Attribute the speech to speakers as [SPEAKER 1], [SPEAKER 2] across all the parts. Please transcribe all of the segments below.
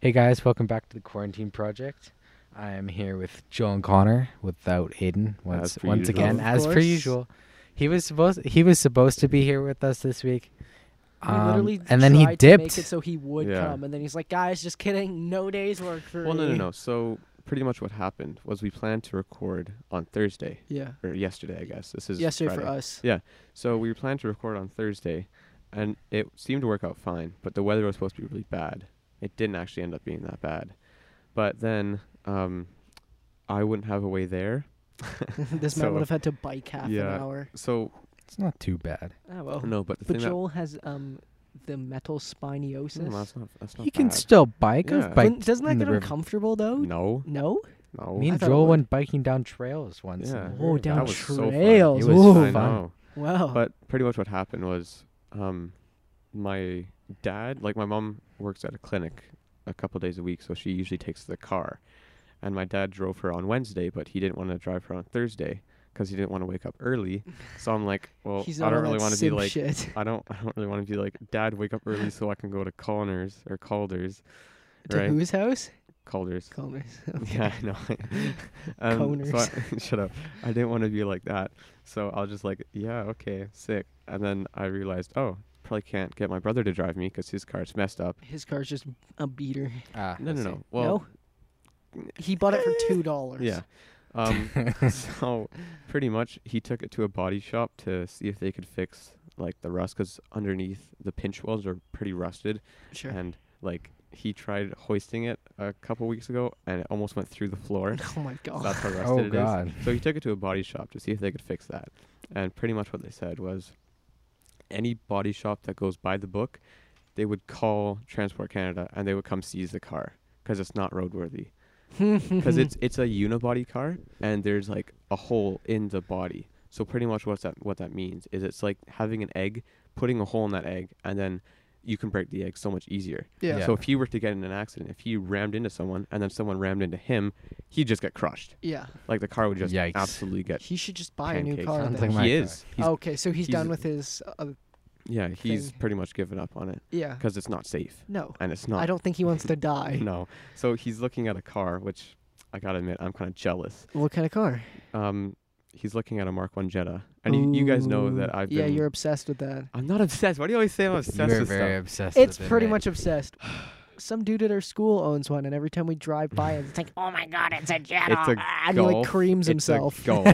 [SPEAKER 1] Hey guys, welcome back to the Quarantine Project. I am here with Joel and Connor without Aiden once
[SPEAKER 2] As per
[SPEAKER 1] once
[SPEAKER 2] usual.
[SPEAKER 1] again,
[SPEAKER 3] Of
[SPEAKER 1] as per
[SPEAKER 3] course.
[SPEAKER 1] usual. He was supposed he was supposed to be here with us this week,
[SPEAKER 3] We
[SPEAKER 1] Um,
[SPEAKER 3] literally
[SPEAKER 1] and then he
[SPEAKER 3] tried to
[SPEAKER 1] dipped.
[SPEAKER 3] make it so he would
[SPEAKER 2] Yeah.
[SPEAKER 3] come, and then he's like, "Guys, just kidding. No days work for
[SPEAKER 2] Well, no, no,
[SPEAKER 3] me."
[SPEAKER 2] no. So pretty much what happened was we planned to record on Thursday
[SPEAKER 3] Yeah,
[SPEAKER 2] or yesterday, I guess. This is
[SPEAKER 3] yesterday
[SPEAKER 2] Friday.
[SPEAKER 3] for us.
[SPEAKER 2] So we planned to record on Thursday, and it seemed to work out fine. But the weather was supposed to be really bad. It didn't actually end up being that bad. But then um, I wouldn't have a way there,
[SPEAKER 3] this man
[SPEAKER 2] So-
[SPEAKER 3] would have had to bike half
[SPEAKER 2] Yeah.
[SPEAKER 3] an hour.
[SPEAKER 2] so
[SPEAKER 1] It's not too bad.
[SPEAKER 3] Oh well.
[SPEAKER 2] no. But the
[SPEAKER 3] But
[SPEAKER 2] thing that
[SPEAKER 3] Joel has um the metal
[SPEAKER 2] no,
[SPEAKER 3] sponiosis.
[SPEAKER 2] that's not that's not
[SPEAKER 1] You can
[SPEAKER 2] bad.
[SPEAKER 1] still bike.
[SPEAKER 2] Yeah.
[SPEAKER 1] I've
[SPEAKER 3] Wouldn't-
[SPEAKER 1] biked
[SPEAKER 3] doesn't that
[SPEAKER 1] in the
[SPEAKER 3] get
[SPEAKER 1] river.
[SPEAKER 3] uncomfortable though?
[SPEAKER 2] no,
[SPEAKER 3] No.
[SPEAKER 2] no.
[SPEAKER 1] Me
[SPEAKER 3] I
[SPEAKER 1] and
[SPEAKER 3] thought it
[SPEAKER 1] Joel
[SPEAKER 3] would.
[SPEAKER 1] went biking down trails once. in
[SPEAKER 2] Yeah.
[SPEAKER 1] the
[SPEAKER 3] Oh,
[SPEAKER 1] river.
[SPEAKER 3] down
[SPEAKER 2] that was so fun.
[SPEAKER 3] trails.
[SPEAKER 1] It was
[SPEAKER 3] Ooh.
[SPEAKER 2] I
[SPEAKER 1] fun.
[SPEAKER 2] know.
[SPEAKER 3] Wow.
[SPEAKER 2] But pretty much what happened was um, my dad, like my mom works at a clinic a couple days a week, so she usually takes the car. And my dad drove her on Wednesday, but he didn't want to drive her on Thursday because he didn't want to wake up early. So I'm like, well,
[SPEAKER 3] he's
[SPEAKER 2] I
[SPEAKER 3] all
[SPEAKER 2] don't
[SPEAKER 3] on
[SPEAKER 2] really
[SPEAKER 3] that
[SPEAKER 2] want to be
[SPEAKER 3] simp
[SPEAKER 2] like,
[SPEAKER 3] shit.
[SPEAKER 2] I don't, I don't really want to be like, Dad, wake up early so I can go to Calder's or Calder's,
[SPEAKER 3] to
[SPEAKER 2] right?
[SPEAKER 3] whose house?
[SPEAKER 2] Calder's.
[SPEAKER 3] Comer's.
[SPEAKER 2] Yeah, I know. um, so I, shut up. I didn't want to be like that. So I was just like, yeah, okay, sick. And then I realized, oh, probably can't get my brother to drive me because his car's messed up.
[SPEAKER 3] His car's just a beater.
[SPEAKER 1] Ah,
[SPEAKER 2] No,
[SPEAKER 1] I
[SPEAKER 2] no,
[SPEAKER 1] see.
[SPEAKER 2] no. Well,
[SPEAKER 3] no. He bought it for two dollars.
[SPEAKER 2] yeah. Um, so pretty much he took it to a body shop to see if they could fix like the rust because underneath the pinch wells are pretty rusted
[SPEAKER 3] Sure.
[SPEAKER 2] and like he tried hoisting it a couple weeks ago and it almost went through the floor.
[SPEAKER 3] Oh my god.
[SPEAKER 2] That's how rusted
[SPEAKER 1] Oh
[SPEAKER 2] it is.
[SPEAKER 1] god.
[SPEAKER 2] So he took it to a body shop to see if they could fix that. And pretty much what they said was any body shop that goes by the book, they would call Transport Canada and they would come seize the car because it's not roadworthy. Because it's it's a unibody car and there's like a hole in the body. So pretty much what's that what that means is it's like having an egg, putting a hole in that egg, and then you can break the egg so much easier.
[SPEAKER 3] yeah.
[SPEAKER 1] Yeah.
[SPEAKER 2] So if he were to get in an accident, if he rammed into someone and then someone rammed into him, he'd just get crushed.
[SPEAKER 3] Yeah.
[SPEAKER 2] Like the car would just
[SPEAKER 1] Yikes.
[SPEAKER 2] absolutely get
[SPEAKER 3] He should just buy a new
[SPEAKER 2] pancakes.
[SPEAKER 3] car.
[SPEAKER 1] Sounds
[SPEAKER 3] then. Oh,
[SPEAKER 1] like my
[SPEAKER 2] he
[SPEAKER 1] car.
[SPEAKER 2] is. He's,
[SPEAKER 3] okay, so he's,
[SPEAKER 2] he's-
[SPEAKER 3] done with his. Uh,
[SPEAKER 2] yeah, he's
[SPEAKER 3] thing.
[SPEAKER 2] pretty much given up on it
[SPEAKER 3] yeah.
[SPEAKER 2] because it's not safe
[SPEAKER 3] No,
[SPEAKER 2] and it's not.
[SPEAKER 3] I don't think he wants to die.
[SPEAKER 2] No, so he's looking at a car, which I gotta admit, I'm kind of jealous.
[SPEAKER 3] What kind of car?
[SPEAKER 2] Um, he's looking at a Mark One Jetta, and you, you guys know that
[SPEAKER 3] Ooh.
[SPEAKER 2] I've
[SPEAKER 3] Yeah,
[SPEAKER 2] been.
[SPEAKER 3] you're obsessed with that.
[SPEAKER 2] I'm not obsessed. Why do you always say I'm obsessed
[SPEAKER 1] You're
[SPEAKER 2] with
[SPEAKER 1] very
[SPEAKER 2] stuff?
[SPEAKER 1] obsessed.
[SPEAKER 3] It's
[SPEAKER 1] with it, eh?
[SPEAKER 3] pretty
[SPEAKER 1] mate.
[SPEAKER 3] much obsessed. Some dude at our school owns one, and every time we drive by it, it's like, oh my god, it's a Jetta,
[SPEAKER 2] It's a
[SPEAKER 3] and he like
[SPEAKER 2] golf.
[SPEAKER 3] creams
[SPEAKER 2] It's a
[SPEAKER 3] himself.
[SPEAKER 2] golf.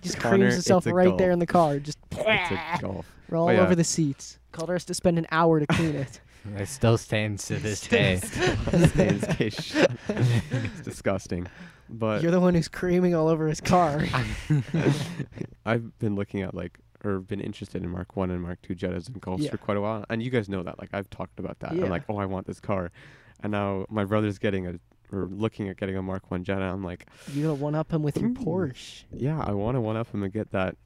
[SPEAKER 3] just
[SPEAKER 2] Connor,
[SPEAKER 3] creams himself
[SPEAKER 2] it's a
[SPEAKER 3] right there
[SPEAKER 2] golf.
[SPEAKER 3] in the car. Just
[SPEAKER 2] it's a golf.
[SPEAKER 3] we're all
[SPEAKER 2] But yeah.
[SPEAKER 3] over the seats. Called us to spend an hour to clean it.
[SPEAKER 1] It still stands to this day.
[SPEAKER 2] Stan's case shut. it's disgusting, but
[SPEAKER 3] You're the one who's creaming all over his car.
[SPEAKER 2] I've been looking at like or been interested in Mark One and Mark Two Jettas and Golfs
[SPEAKER 3] Yeah.
[SPEAKER 2] for quite a while, and you guys know that. Like I've talked about that.
[SPEAKER 3] Yeah.
[SPEAKER 2] I'm like, oh, I want this car, and now my brother's getting a or looking at getting a Mark One Jetta. I'm like,
[SPEAKER 3] You're gonna one up him with your
[SPEAKER 2] Ooh.
[SPEAKER 3] Porsche.
[SPEAKER 2] yeah, I want to one up him and get that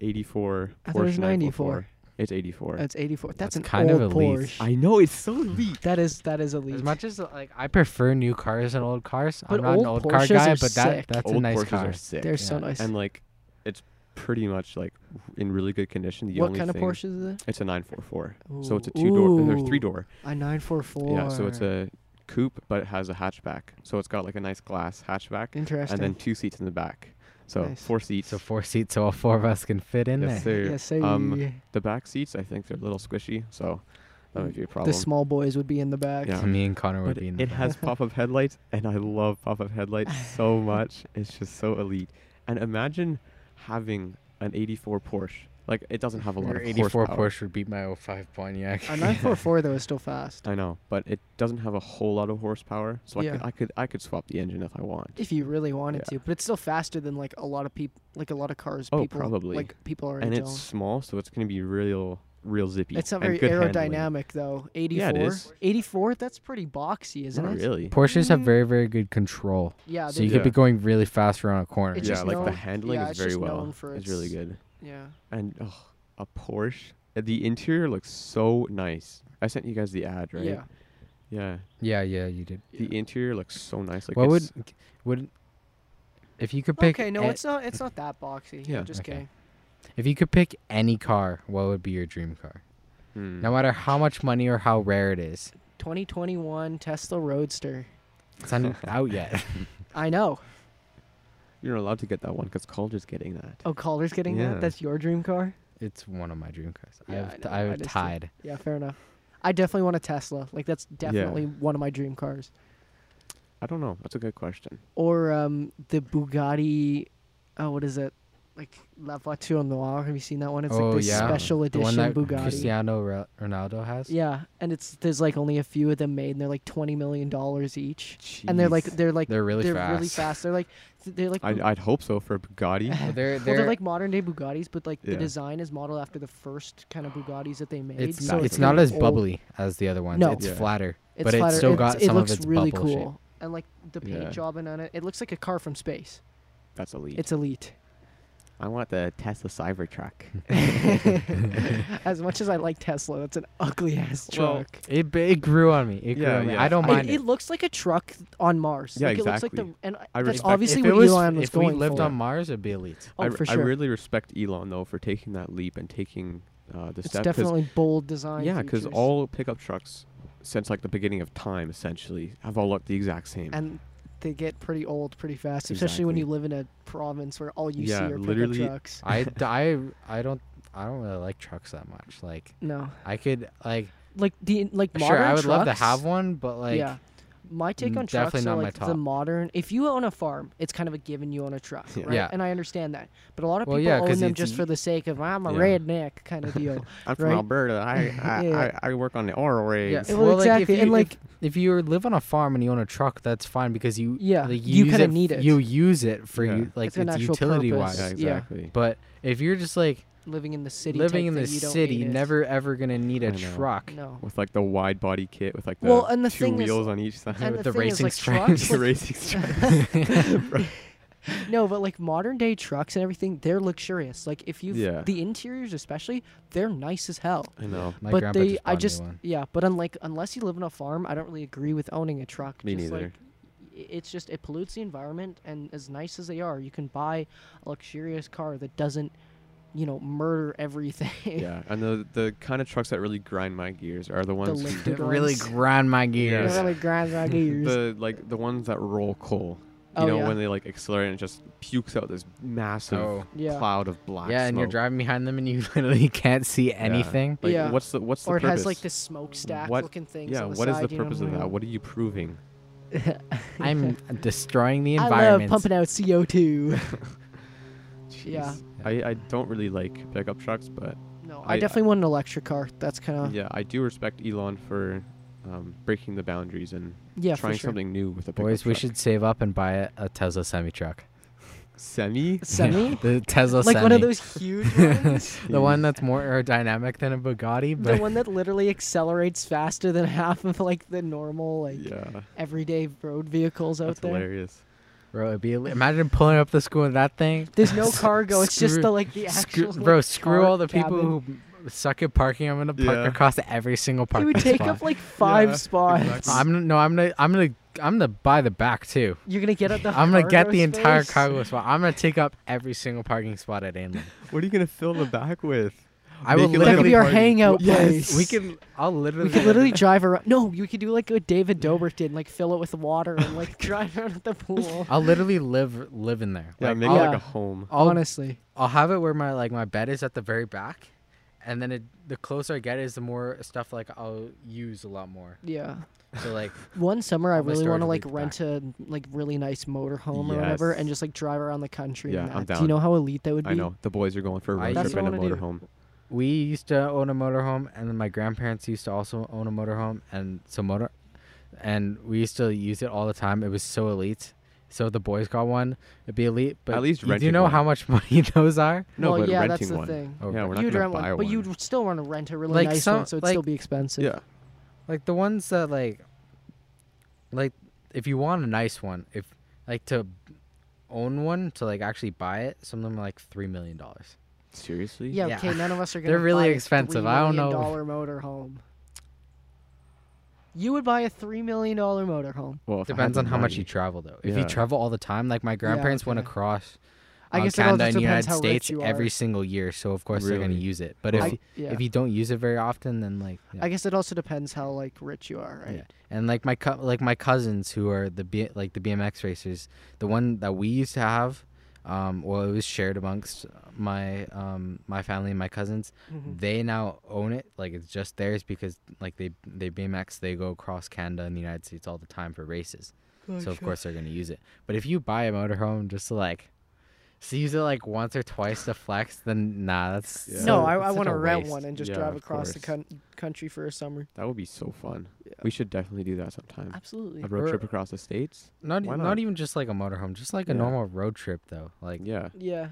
[SPEAKER 2] '84
[SPEAKER 3] I thought it
[SPEAKER 2] Porsche
[SPEAKER 3] was 94.
[SPEAKER 2] 944. It's '84.
[SPEAKER 3] That's 84. That's,
[SPEAKER 1] That's
[SPEAKER 3] an
[SPEAKER 1] kind of
[SPEAKER 3] old
[SPEAKER 1] elite.
[SPEAKER 3] Porsche.
[SPEAKER 2] I know it's so elite.
[SPEAKER 3] That is that is elite.
[SPEAKER 1] As much as like I prefer new cars and old cars,
[SPEAKER 3] But
[SPEAKER 1] I'm not an
[SPEAKER 3] old
[SPEAKER 1] old car
[SPEAKER 3] Porsches
[SPEAKER 1] guy,
[SPEAKER 3] are
[SPEAKER 1] but
[SPEAKER 3] sick.
[SPEAKER 1] that that's
[SPEAKER 2] Old
[SPEAKER 1] a nice
[SPEAKER 2] Porsches
[SPEAKER 1] car.
[SPEAKER 2] are sick,
[SPEAKER 3] They're so
[SPEAKER 1] Yeah.
[SPEAKER 3] nice.
[SPEAKER 2] and like it's pretty much like in really good condition. The
[SPEAKER 3] what
[SPEAKER 2] only
[SPEAKER 3] kind of
[SPEAKER 2] thing-
[SPEAKER 3] Porsche is it?
[SPEAKER 2] It's a 944. So it's a
[SPEAKER 3] Ooh.
[SPEAKER 2] two door. There's
[SPEAKER 3] Ooh.
[SPEAKER 2] three door.
[SPEAKER 3] A nine four four.
[SPEAKER 2] Yeah, so it's a coupe, but it has a hatchback. So it's got like a nice glass hatchback,
[SPEAKER 3] interesting.
[SPEAKER 2] and then two seats in the back. So
[SPEAKER 3] Nice.
[SPEAKER 2] four seats.
[SPEAKER 1] So four seats, so all four of us can fit in
[SPEAKER 2] yes,
[SPEAKER 1] there.
[SPEAKER 2] sir.
[SPEAKER 3] yeah, so
[SPEAKER 2] um,
[SPEAKER 3] you-
[SPEAKER 2] The back seats, I think, they're a little squishy, so that might be a problem.
[SPEAKER 3] the small boys would be in the back.
[SPEAKER 2] Yeah.
[SPEAKER 1] So Me and Connor would
[SPEAKER 2] but
[SPEAKER 1] be in
[SPEAKER 2] it,
[SPEAKER 1] the back.
[SPEAKER 2] has pop-up headlights, and I love pop-up headlights so much. It's just so elite. And imagine having an 84 Porsche. Like it doesn't have a lot
[SPEAKER 1] Your
[SPEAKER 2] of
[SPEAKER 1] 84
[SPEAKER 2] horsepower.
[SPEAKER 1] Porsche would beat
[SPEAKER 2] oh
[SPEAKER 1] my 05 Pontiac.
[SPEAKER 3] A nine four four though is still fast.
[SPEAKER 2] I know, but it doesn't have a whole lot of horsepower. So I,
[SPEAKER 3] Yeah.
[SPEAKER 2] could, I could I could swap the engine if I want.
[SPEAKER 3] If you really wanted to, but it's still faster than like a lot of people, like a lot of cars.
[SPEAKER 2] Oh,
[SPEAKER 3] people,
[SPEAKER 2] probably.
[SPEAKER 3] Like people are
[SPEAKER 2] and
[SPEAKER 3] into.
[SPEAKER 2] it's small, so it's gonna be real, real zippy.
[SPEAKER 3] it's not
[SPEAKER 2] and
[SPEAKER 3] very
[SPEAKER 2] good handling.
[SPEAKER 3] aerodynamic though. Eighty four.
[SPEAKER 2] Yeah, it is.
[SPEAKER 3] Eighty four. That's pretty boxy, isn't
[SPEAKER 2] Not
[SPEAKER 3] it?
[SPEAKER 2] really.
[SPEAKER 1] Porsches have
[SPEAKER 3] Mm.
[SPEAKER 1] very, very good control.
[SPEAKER 3] Yeah.
[SPEAKER 1] So
[SPEAKER 3] they-
[SPEAKER 1] you could be going really fast around a corner.
[SPEAKER 3] It's
[SPEAKER 2] yeah,
[SPEAKER 3] just
[SPEAKER 2] like the
[SPEAKER 3] known-
[SPEAKER 2] handling
[SPEAKER 3] yeah,
[SPEAKER 2] is
[SPEAKER 3] it's
[SPEAKER 2] very
[SPEAKER 3] just
[SPEAKER 2] well.
[SPEAKER 3] known for
[SPEAKER 2] it's, really
[SPEAKER 3] its-
[SPEAKER 2] good.
[SPEAKER 3] yeah.
[SPEAKER 2] And oh, a Porsche. Uh, The interior looks so nice. I sent you guys the ad, right?
[SPEAKER 3] Yeah.
[SPEAKER 2] Yeah.
[SPEAKER 1] yeah, yeah, you did.
[SPEAKER 2] The interior looks so nice. Like
[SPEAKER 1] what would
[SPEAKER 2] it's-
[SPEAKER 1] would if you could pick
[SPEAKER 3] Okay. No,
[SPEAKER 1] a-
[SPEAKER 3] it's not. It's not that boxy.
[SPEAKER 2] Yeah.
[SPEAKER 3] Just
[SPEAKER 1] Okay.
[SPEAKER 3] kidding.
[SPEAKER 1] if you could pick any car, what would be your dream car?
[SPEAKER 2] Hmm.
[SPEAKER 1] No matter how much money or how rare it is.
[SPEAKER 3] 2021 Tesla Roadster.
[SPEAKER 1] It's not out yet.
[SPEAKER 3] I know.
[SPEAKER 2] You're not allowed to get that one because Calder's getting that.
[SPEAKER 3] Oh, Calder's getting
[SPEAKER 2] Yeah.
[SPEAKER 3] that. That's your dream car.
[SPEAKER 1] It's one of my dream cars.
[SPEAKER 3] Yeah,
[SPEAKER 1] I've
[SPEAKER 3] I know,
[SPEAKER 1] I
[SPEAKER 3] I
[SPEAKER 1] have
[SPEAKER 3] just did.
[SPEAKER 1] tied.
[SPEAKER 3] Yeah, fair enough. I definitely want a Tesla. Like that's definitely one of my dream cars.
[SPEAKER 2] I don't know. That's a good question.
[SPEAKER 3] Or um, the Bugatti. Oh, what is it? Like La Voiture Noire. Have you seen that one? It's
[SPEAKER 1] Oh,
[SPEAKER 3] like this
[SPEAKER 1] yeah.
[SPEAKER 3] special
[SPEAKER 1] The
[SPEAKER 3] edition
[SPEAKER 1] one that
[SPEAKER 3] Bugatti.
[SPEAKER 1] Cristiano Re- Ronaldo has.
[SPEAKER 3] Yeah, and it's there's like only a few of them made, and they're like twenty million dollars each. And they're like
[SPEAKER 1] Jeez.
[SPEAKER 3] they're like
[SPEAKER 1] they're really
[SPEAKER 3] they're
[SPEAKER 1] fast.
[SPEAKER 3] really fast. They're like they're like
[SPEAKER 2] I'd,
[SPEAKER 3] Bu-
[SPEAKER 2] I'd hope so for Bugatti.
[SPEAKER 1] Well, they're
[SPEAKER 3] well,
[SPEAKER 1] they're,
[SPEAKER 3] they're like modern day Bugattis, but like the
[SPEAKER 2] Yeah.
[SPEAKER 3] design is modeled after the first kind of Bugattis that they made.
[SPEAKER 1] it's
[SPEAKER 3] so
[SPEAKER 1] not, it's not as
[SPEAKER 3] old-
[SPEAKER 1] bubbly as the other ones.
[SPEAKER 3] No.
[SPEAKER 1] It's
[SPEAKER 2] Yeah.
[SPEAKER 1] flatter.
[SPEAKER 3] It's
[SPEAKER 1] but it's
[SPEAKER 3] flatter.
[SPEAKER 1] still
[SPEAKER 3] It's-
[SPEAKER 1] got
[SPEAKER 3] it
[SPEAKER 1] some of
[SPEAKER 3] looks
[SPEAKER 1] its
[SPEAKER 3] really
[SPEAKER 1] bubble shape.
[SPEAKER 3] cool. And like the paint
[SPEAKER 2] Yeah.
[SPEAKER 3] job and on it, it looks like a car from space.
[SPEAKER 2] That's elite.
[SPEAKER 3] It's elite.
[SPEAKER 2] I want the Tesla Cybertruck.
[SPEAKER 3] As much as I like Tesla, that's an ugly ass
[SPEAKER 2] Well,
[SPEAKER 3] truck.
[SPEAKER 1] It b- it grew on me. It grew
[SPEAKER 2] Yeah,
[SPEAKER 1] on me.
[SPEAKER 2] yeah.
[SPEAKER 1] I don't
[SPEAKER 2] I-
[SPEAKER 1] mind
[SPEAKER 3] it,
[SPEAKER 1] it.
[SPEAKER 3] it looks like a truck on Mars.
[SPEAKER 2] Yeah,
[SPEAKER 3] like, It
[SPEAKER 2] exactly.
[SPEAKER 3] looks like the and
[SPEAKER 2] I
[SPEAKER 3] that's
[SPEAKER 2] respect-
[SPEAKER 3] obviously
[SPEAKER 1] if it
[SPEAKER 3] what
[SPEAKER 1] was,
[SPEAKER 3] Elon was
[SPEAKER 1] if
[SPEAKER 3] going
[SPEAKER 1] we lived
[SPEAKER 3] for.
[SPEAKER 1] on Mars, it'd be elite.
[SPEAKER 3] oh,
[SPEAKER 2] I,
[SPEAKER 3] for
[SPEAKER 2] I
[SPEAKER 3] sure.
[SPEAKER 2] really respect Elon though for taking that leap and taking uh, the
[SPEAKER 3] it's
[SPEAKER 2] step. 'cause-
[SPEAKER 3] definitely bold design.
[SPEAKER 2] yeah, because
[SPEAKER 3] features.
[SPEAKER 2] all pickup trucks since like the beginning of time essentially have all looked the exact same.
[SPEAKER 3] and they get pretty old pretty fast, especially when
[SPEAKER 2] Exactly.
[SPEAKER 3] you live in a province where all you
[SPEAKER 2] Yeah,
[SPEAKER 3] see are
[SPEAKER 2] literally-
[SPEAKER 3] pickup trucks.
[SPEAKER 1] I, d- I- I don't I don't really like trucks that much. Like
[SPEAKER 3] No,
[SPEAKER 1] I could like
[SPEAKER 3] like the like
[SPEAKER 1] sure
[SPEAKER 3] modern
[SPEAKER 1] I would love to
[SPEAKER 3] trucks-
[SPEAKER 1] have one, but like
[SPEAKER 3] yeah, my take
[SPEAKER 1] mm,
[SPEAKER 3] on
[SPEAKER 1] definitely
[SPEAKER 3] trucks
[SPEAKER 1] not
[SPEAKER 3] are
[SPEAKER 1] my
[SPEAKER 3] like the
[SPEAKER 1] top.
[SPEAKER 3] modern. If you own a farm, it's kind of a given you own a truck,
[SPEAKER 2] Yeah.
[SPEAKER 3] right?
[SPEAKER 1] Yeah.
[SPEAKER 3] And I understand that, but a lot of
[SPEAKER 1] Well,
[SPEAKER 3] people
[SPEAKER 1] yeah,
[SPEAKER 3] own
[SPEAKER 1] 'cause
[SPEAKER 3] them
[SPEAKER 1] it's
[SPEAKER 3] just
[SPEAKER 1] e-
[SPEAKER 3] for the sake of I'm a
[SPEAKER 2] Yeah.
[SPEAKER 3] redneck kind of deal.
[SPEAKER 2] I'm from
[SPEAKER 3] right.
[SPEAKER 2] Alberta. I I,
[SPEAKER 3] Yeah.
[SPEAKER 2] I I work on the oil rigs.
[SPEAKER 3] Well, exactly,
[SPEAKER 1] Like, if you,
[SPEAKER 3] and, like-
[SPEAKER 1] if, if you live on a farm and you own a truck, that's fine because you
[SPEAKER 3] Yeah,
[SPEAKER 1] like,
[SPEAKER 3] you
[SPEAKER 1] use
[SPEAKER 3] kinda
[SPEAKER 1] f-
[SPEAKER 3] need it.
[SPEAKER 1] You use it for
[SPEAKER 2] Yeah.
[SPEAKER 1] you like
[SPEAKER 3] It's an actual
[SPEAKER 1] utility
[SPEAKER 3] purpose.
[SPEAKER 1] wise.
[SPEAKER 2] Yeah,
[SPEAKER 3] yeah.
[SPEAKER 2] exactly.
[SPEAKER 1] But if you're just like
[SPEAKER 3] Living in the city,
[SPEAKER 1] living
[SPEAKER 3] type
[SPEAKER 1] in
[SPEAKER 3] thing,
[SPEAKER 1] the
[SPEAKER 3] you don't
[SPEAKER 1] city,
[SPEAKER 3] need it.
[SPEAKER 1] never ever gonna need
[SPEAKER 2] I
[SPEAKER 1] a
[SPEAKER 2] know.
[SPEAKER 1] truck.
[SPEAKER 3] No.
[SPEAKER 2] With like the wide body kit with like the,
[SPEAKER 3] Well, and the
[SPEAKER 2] two
[SPEAKER 3] thing is-
[SPEAKER 2] wheels on each side
[SPEAKER 3] And
[SPEAKER 1] with the
[SPEAKER 3] the, thing is,
[SPEAKER 1] racing
[SPEAKER 3] like,
[SPEAKER 1] stripes.
[SPEAKER 3] trucks,
[SPEAKER 2] the
[SPEAKER 3] like,
[SPEAKER 2] racing strap.
[SPEAKER 3] No, but like modern day trucks and everything, they're luxurious. Like if you
[SPEAKER 2] Yeah.
[SPEAKER 3] have the interiors especially, they're nice as hell.
[SPEAKER 2] I know.
[SPEAKER 1] My
[SPEAKER 3] but
[SPEAKER 1] grandpa
[SPEAKER 3] they,
[SPEAKER 1] just bought
[SPEAKER 3] I
[SPEAKER 1] a new
[SPEAKER 3] just,
[SPEAKER 1] one.
[SPEAKER 3] yeah. But unlike unless you live on a farm, I don't really agree with owning a truck.
[SPEAKER 2] Me
[SPEAKER 3] just,
[SPEAKER 2] neither.
[SPEAKER 3] Like, i- it's just it pollutes the environment, and as nice as they are, you can buy a luxurious car that doesn't, you know, murder everything.
[SPEAKER 2] yeah, and the the kind of trucks that really grind my gears are the
[SPEAKER 3] the
[SPEAKER 2] ones
[SPEAKER 3] lifted
[SPEAKER 1] It really
[SPEAKER 3] ones.
[SPEAKER 1] grind my
[SPEAKER 3] It
[SPEAKER 1] gears.
[SPEAKER 2] Yeah.
[SPEAKER 3] really grinds my gears.
[SPEAKER 2] the like the ones that roll coal. You
[SPEAKER 3] Oh,
[SPEAKER 2] know
[SPEAKER 3] yeah.
[SPEAKER 2] when they like accelerate and it just pukes out this massive
[SPEAKER 1] Oh.
[SPEAKER 3] Yeah.
[SPEAKER 2] cloud of black.
[SPEAKER 1] Yeah, and you're
[SPEAKER 2] smoke.
[SPEAKER 1] driving behind them and you literally can't see anything.
[SPEAKER 2] Like,
[SPEAKER 3] Yeah.
[SPEAKER 2] What's the what's the
[SPEAKER 3] or it
[SPEAKER 2] purpose?
[SPEAKER 3] has like this smokestack
[SPEAKER 2] What-
[SPEAKER 3] looking things.
[SPEAKER 2] yeah.
[SPEAKER 3] on the
[SPEAKER 2] What is
[SPEAKER 3] side,
[SPEAKER 2] the
[SPEAKER 3] you know
[SPEAKER 2] purpose
[SPEAKER 3] what
[SPEAKER 2] of
[SPEAKER 3] I
[SPEAKER 2] that?
[SPEAKER 3] mean?
[SPEAKER 2] What are you proving?
[SPEAKER 1] I'm destroying the
[SPEAKER 3] I love
[SPEAKER 1] environment.
[SPEAKER 3] pumping out CO two. Yeah.
[SPEAKER 2] Jeez. I, I don't really like pickup trucks, but
[SPEAKER 3] No,
[SPEAKER 2] I-
[SPEAKER 3] I,
[SPEAKER 2] I-
[SPEAKER 3] definitely want an electric car. That's kind of
[SPEAKER 2] yeah, I do respect Elon for um, breaking the boundaries and
[SPEAKER 3] yeah, for
[SPEAKER 2] trying
[SPEAKER 3] sure.
[SPEAKER 2] something new with a pickup
[SPEAKER 1] Boys, we
[SPEAKER 2] truck.
[SPEAKER 1] should save up and buy a, a Tesla semi truck.
[SPEAKER 2] semi.
[SPEAKER 3] Semi,
[SPEAKER 1] the Tesla
[SPEAKER 3] like one
[SPEAKER 1] Semi.
[SPEAKER 3] of those huge ones,
[SPEAKER 1] The one that's more aerodynamic than a Bugatti,
[SPEAKER 3] the
[SPEAKER 1] but
[SPEAKER 3] one that literally accelerates faster than half of like the normal like
[SPEAKER 2] Yeah,
[SPEAKER 3] everyday road vehicles out
[SPEAKER 2] that's
[SPEAKER 3] there.
[SPEAKER 2] hilarious.
[SPEAKER 1] bro, it'd be, imagine pulling up the school in that thing.
[SPEAKER 3] There's no cargo. It's just
[SPEAKER 1] Screw-
[SPEAKER 3] the like the
[SPEAKER 1] Screw,
[SPEAKER 3] actual.
[SPEAKER 1] bro,
[SPEAKER 3] like,
[SPEAKER 1] screw
[SPEAKER 3] car
[SPEAKER 1] all the people
[SPEAKER 3] cabin.
[SPEAKER 1] who suck at parking. I'm gonna park
[SPEAKER 2] Yeah.
[SPEAKER 1] across every single
[SPEAKER 3] It
[SPEAKER 1] parking
[SPEAKER 3] would take
[SPEAKER 1] spot.
[SPEAKER 3] up like five
[SPEAKER 2] Yeah,
[SPEAKER 3] spots.
[SPEAKER 2] exactly.
[SPEAKER 1] I'm gonna- no, I'm gonna, I'm gonna, I'm gonna buy the back too.
[SPEAKER 3] You're gonna get at the.
[SPEAKER 1] I'm gonna get
[SPEAKER 3] cargo
[SPEAKER 1] the entire
[SPEAKER 3] space.
[SPEAKER 1] cargo spot. I'm gonna take up every single parking spot at Anlin.
[SPEAKER 2] What are you gonna fill the back with?
[SPEAKER 1] I will
[SPEAKER 2] Make it
[SPEAKER 3] That could
[SPEAKER 1] literally
[SPEAKER 3] be our
[SPEAKER 2] party.
[SPEAKER 3] hangout
[SPEAKER 2] Yes.
[SPEAKER 3] place.
[SPEAKER 1] We can. I'll literally.
[SPEAKER 3] We could literally drive around. No, we could do like what David Dobrik did, and, like fill it with water and like drive around at the pool.
[SPEAKER 1] I'll literally live live in there.
[SPEAKER 2] Yeah,
[SPEAKER 1] like,
[SPEAKER 2] make
[SPEAKER 1] I'll,
[SPEAKER 2] it like
[SPEAKER 3] Yeah.
[SPEAKER 2] a home.
[SPEAKER 1] I'll,
[SPEAKER 3] Honestly,
[SPEAKER 1] I'll have it where my like my bed is at the very back, and then it, the closer I get is the more stuff like I'll use a lot more.
[SPEAKER 3] yeah.
[SPEAKER 1] So like
[SPEAKER 3] One summer, I
[SPEAKER 1] All my
[SPEAKER 3] really
[SPEAKER 1] storage
[SPEAKER 3] want to
[SPEAKER 1] will
[SPEAKER 3] like
[SPEAKER 1] be
[SPEAKER 3] rent a like really nice motorhome or whatever, and
[SPEAKER 2] Yes.
[SPEAKER 3] just like drive around the country.
[SPEAKER 2] Yeah,
[SPEAKER 3] in that.
[SPEAKER 2] I'm
[SPEAKER 3] Do you
[SPEAKER 2] down.
[SPEAKER 3] know how elite that would be?
[SPEAKER 2] I know the boys are going for a
[SPEAKER 1] I
[SPEAKER 2] road
[SPEAKER 1] used
[SPEAKER 2] trip
[SPEAKER 1] to
[SPEAKER 2] in a
[SPEAKER 1] wanna do-
[SPEAKER 2] motorhome.
[SPEAKER 1] we used to own a motorhome, and then my grandparents used to also own a motorhome, and so motor, and we used to use it all the time. It was so elite. So if the boys got one, it'd be elite. But
[SPEAKER 2] At least
[SPEAKER 1] you do
[SPEAKER 2] renting
[SPEAKER 1] know how
[SPEAKER 2] one.
[SPEAKER 1] much money those are?
[SPEAKER 2] No,
[SPEAKER 3] well,
[SPEAKER 2] but
[SPEAKER 3] yeah,
[SPEAKER 2] renting
[SPEAKER 3] that's the
[SPEAKER 2] one.
[SPEAKER 3] thing.
[SPEAKER 1] Oh,
[SPEAKER 2] Yeah,
[SPEAKER 1] God.
[SPEAKER 2] we're not
[SPEAKER 3] You'd
[SPEAKER 2] gonna
[SPEAKER 3] rent
[SPEAKER 2] buy one,
[SPEAKER 3] one, but you'd still want to rent a really
[SPEAKER 1] Like
[SPEAKER 3] nice
[SPEAKER 1] some-
[SPEAKER 3] one, so it'd
[SPEAKER 1] like-
[SPEAKER 3] still be expensive.
[SPEAKER 2] Yeah,
[SPEAKER 1] like the ones that like like if you want a nice one if like to own one to like actually buy it some of them are like three million dollars
[SPEAKER 2] seriously.
[SPEAKER 3] Yeah,
[SPEAKER 1] Yeah.
[SPEAKER 3] Okay. None of us are gonna.
[SPEAKER 1] They're really
[SPEAKER 3] buy a
[SPEAKER 1] expensive, I don't know.
[SPEAKER 3] Dollar motorhome. You would buy a three million dollar motorhome.
[SPEAKER 2] Well, if I had
[SPEAKER 1] depends
[SPEAKER 2] the
[SPEAKER 1] on how much
[SPEAKER 2] money.
[SPEAKER 1] you travel though if
[SPEAKER 2] Yeah.
[SPEAKER 1] you travel all the time like my grandparents went
[SPEAKER 3] okay.
[SPEAKER 1] across
[SPEAKER 3] I
[SPEAKER 1] on
[SPEAKER 3] guess it all
[SPEAKER 1] Canada
[SPEAKER 3] just
[SPEAKER 1] and
[SPEAKER 3] depends
[SPEAKER 1] United
[SPEAKER 3] how
[SPEAKER 1] States
[SPEAKER 3] rich you are.
[SPEAKER 1] every single year, so of course they're gonna
[SPEAKER 2] Really?
[SPEAKER 1] use it. But if
[SPEAKER 2] Wow.
[SPEAKER 3] I,
[SPEAKER 1] you-
[SPEAKER 3] yeah.
[SPEAKER 1] if you don't use it very often, then like yeah.
[SPEAKER 3] I guess it also depends how like rich you are, right?
[SPEAKER 1] Yeah. And like my co- like my cousins who are the B- like the BMX racers, the one that we used to have, um, well, it was shared amongst my um, my family and my cousins.
[SPEAKER 3] Mhm.
[SPEAKER 1] They now own it, like it's just theirs because like they they BMX, they go across Canada and the United States all the time for races. So of course they're gonna use it. But if you buy a motorhome just to like, so use it like once or twice to flex, then nah, that's
[SPEAKER 2] Yeah.
[SPEAKER 1] so-
[SPEAKER 3] No, I,
[SPEAKER 1] it's
[SPEAKER 3] I
[SPEAKER 1] such
[SPEAKER 3] want to
[SPEAKER 1] a
[SPEAKER 3] rent
[SPEAKER 1] waste.
[SPEAKER 3] one and just
[SPEAKER 2] Yeah,
[SPEAKER 3] drive
[SPEAKER 2] of
[SPEAKER 3] across the
[SPEAKER 2] course.
[SPEAKER 3] coun- country for a summer.
[SPEAKER 2] That would be so fun.
[SPEAKER 3] Yeah.
[SPEAKER 2] We should definitely do that sometime.
[SPEAKER 3] Absolutely.
[SPEAKER 2] A road
[SPEAKER 1] Or-
[SPEAKER 2] trip across the states.
[SPEAKER 1] Not, e,
[SPEAKER 2] Why
[SPEAKER 1] not
[SPEAKER 2] not?
[SPEAKER 1] not even just like a motorhome, just like a
[SPEAKER 2] Yeah.
[SPEAKER 1] normal road trip though. Like
[SPEAKER 2] Yeah.
[SPEAKER 3] Yeah.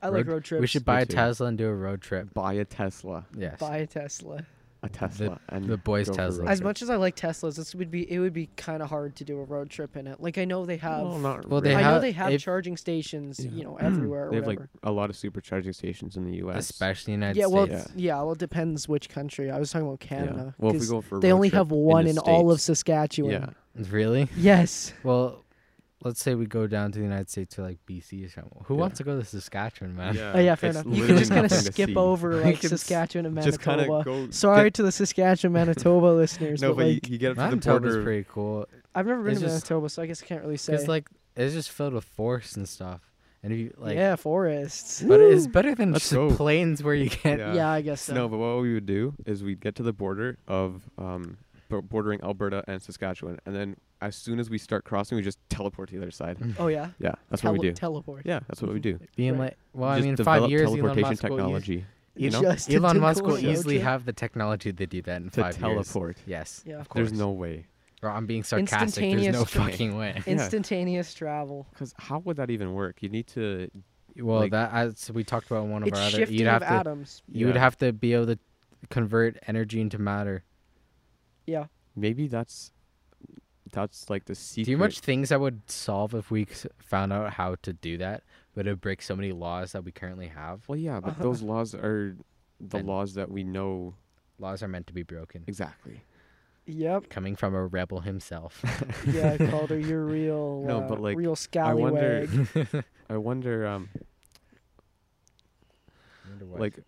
[SPEAKER 3] I like road trips.
[SPEAKER 1] We should buy a
[SPEAKER 2] too.
[SPEAKER 1] Tesla and do a road trip.
[SPEAKER 2] Buy a Tesla.
[SPEAKER 1] Yes.
[SPEAKER 3] buy a Tesla.
[SPEAKER 2] A Tesla. and
[SPEAKER 1] the boys'
[SPEAKER 2] go for a road
[SPEAKER 1] Tesla.
[SPEAKER 3] As
[SPEAKER 2] trip.
[SPEAKER 3] much as I like Teslas, this would be it would be kind of hard to do a road trip in it. Like I know they have
[SPEAKER 2] Well, not
[SPEAKER 1] Well, they
[SPEAKER 3] I
[SPEAKER 2] really.
[SPEAKER 3] know
[SPEAKER 1] have-
[SPEAKER 3] they have
[SPEAKER 1] if-
[SPEAKER 3] charging stations,
[SPEAKER 2] Yeah.
[SPEAKER 3] you know, everywhere or
[SPEAKER 2] They have like
[SPEAKER 3] whatever.
[SPEAKER 2] a lot of supercharging stations in the U.S.
[SPEAKER 1] Especially in the United
[SPEAKER 3] yeah, well,
[SPEAKER 1] States.
[SPEAKER 3] it's- yeah, well, it depends which country. I was talking about
[SPEAKER 2] Yeah.
[SPEAKER 3] Canada.
[SPEAKER 2] Well, if we
[SPEAKER 3] 'cause
[SPEAKER 2] go for a
[SPEAKER 3] they
[SPEAKER 2] road
[SPEAKER 3] only
[SPEAKER 2] trip
[SPEAKER 3] have one in,
[SPEAKER 2] the
[SPEAKER 3] all of
[SPEAKER 2] States-
[SPEAKER 3] Saskatchewan.
[SPEAKER 2] Yeah.
[SPEAKER 1] Really?
[SPEAKER 3] Yes.
[SPEAKER 1] Well, let's say we go down to the United States to like BC or something. Who
[SPEAKER 2] Yeah.
[SPEAKER 1] wants to go to Saskatchewan, man?
[SPEAKER 3] Oh, yeah,
[SPEAKER 2] Uh,
[SPEAKER 3] fair
[SPEAKER 2] It's
[SPEAKER 3] enough. You can
[SPEAKER 2] literally
[SPEAKER 3] just kind of
[SPEAKER 2] nothing to
[SPEAKER 3] skip
[SPEAKER 2] see.
[SPEAKER 3] over
[SPEAKER 1] You
[SPEAKER 3] like
[SPEAKER 1] can s-
[SPEAKER 3] Saskatchewan and
[SPEAKER 2] Just kind
[SPEAKER 3] Manitoba.
[SPEAKER 2] of go.
[SPEAKER 3] Sorry to the Saskatchewan Manitoba listeners,
[SPEAKER 2] No,
[SPEAKER 3] but,
[SPEAKER 2] but you,
[SPEAKER 3] like
[SPEAKER 2] you get up to the
[SPEAKER 1] Manitoba's
[SPEAKER 2] border.
[SPEAKER 1] pretty cool.
[SPEAKER 3] I've never been
[SPEAKER 1] it's
[SPEAKER 3] to
[SPEAKER 1] just-
[SPEAKER 3] Manitoba, so I guess I can't really say.
[SPEAKER 1] It's like it's just filled with forests and stuff. And if you like
[SPEAKER 3] yeah, forests.
[SPEAKER 1] but it's better than
[SPEAKER 2] Let's
[SPEAKER 1] just
[SPEAKER 2] go.
[SPEAKER 1] plains where you can't
[SPEAKER 2] Yeah.
[SPEAKER 3] Yeah, I guess so.
[SPEAKER 2] No, but what we would do is we'd get to the border of um, bo- bordering Alberta and Saskatchewan, and then as soon as we start crossing, we just teleport to the other side.
[SPEAKER 1] Mm.
[SPEAKER 3] Oh yeah.
[SPEAKER 2] Yeah, that's
[SPEAKER 3] Tele-
[SPEAKER 2] what
[SPEAKER 3] Mm-hmm.
[SPEAKER 2] we do.
[SPEAKER 3] Teleport.
[SPEAKER 2] Yeah, that's what we do.
[SPEAKER 1] being
[SPEAKER 3] Right.
[SPEAKER 1] like well, I
[SPEAKER 2] just
[SPEAKER 1] mean five
[SPEAKER 2] develop
[SPEAKER 1] years
[SPEAKER 2] teleportation
[SPEAKER 1] Elon Musk
[SPEAKER 2] technology.
[SPEAKER 1] Will,
[SPEAKER 2] you know,
[SPEAKER 1] eas-
[SPEAKER 3] Just
[SPEAKER 1] Elon
[SPEAKER 3] to
[SPEAKER 1] Musk
[SPEAKER 3] go
[SPEAKER 1] will
[SPEAKER 3] on a road
[SPEAKER 1] easily
[SPEAKER 3] trip.
[SPEAKER 1] have the technology to do that in
[SPEAKER 2] to
[SPEAKER 1] five years.
[SPEAKER 2] teleport.
[SPEAKER 1] Yes.
[SPEAKER 3] Yeah.
[SPEAKER 1] Of course.
[SPEAKER 2] There's no way.
[SPEAKER 1] Or I'm being sarcastic. There's no
[SPEAKER 3] Instantaneous tra-
[SPEAKER 1] fucking way.
[SPEAKER 2] Yeah.
[SPEAKER 3] Instantaneous travel.
[SPEAKER 2] Because how would that even work? You need to.
[SPEAKER 1] Well,
[SPEAKER 2] Like-
[SPEAKER 1] that as we talked about in one of
[SPEAKER 3] It's
[SPEAKER 1] our other,
[SPEAKER 3] shifting
[SPEAKER 1] you'd have
[SPEAKER 3] of
[SPEAKER 1] to
[SPEAKER 3] atoms.
[SPEAKER 1] you would
[SPEAKER 2] Yeah.
[SPEAKER 1] have to be able to convert energy into matter.
[SPEAKER 2] Maybe that's. That's like the secret.
[SPEAKER 1] Do you know how much things I would solve if we s- found out how to do that? But it would break so many laws that we currently have.
[SPEAKER 2] Well, yeah, but
[SPEAKER 3] Uh-huh.
[SPEAKER 2] those laws are the
[SPEAKER 1] And-
[SPEAKER 2] laws that we know
[SPEAKER 1] Laws are meant to be broken.
[SPEAKER 2] exactly.
[SPEAKER 3] Yep.
[SPEAKER 1] Coming from a rebel himself.
[SPEAKER 3] Yeah, Calder, you're real.
[SPEAKER 2] No,
[SPEAKER 3] uh,
[SPEAKER 2] but, like,
[SPEAKER 3] real
[SPEAKER 2] I wonder.
[SPEAKER 3] scallywag.
[SPEAKER 2] I wonder. Um,
[SPEAKER 1] Wonder why.
[SPEAKER 2] like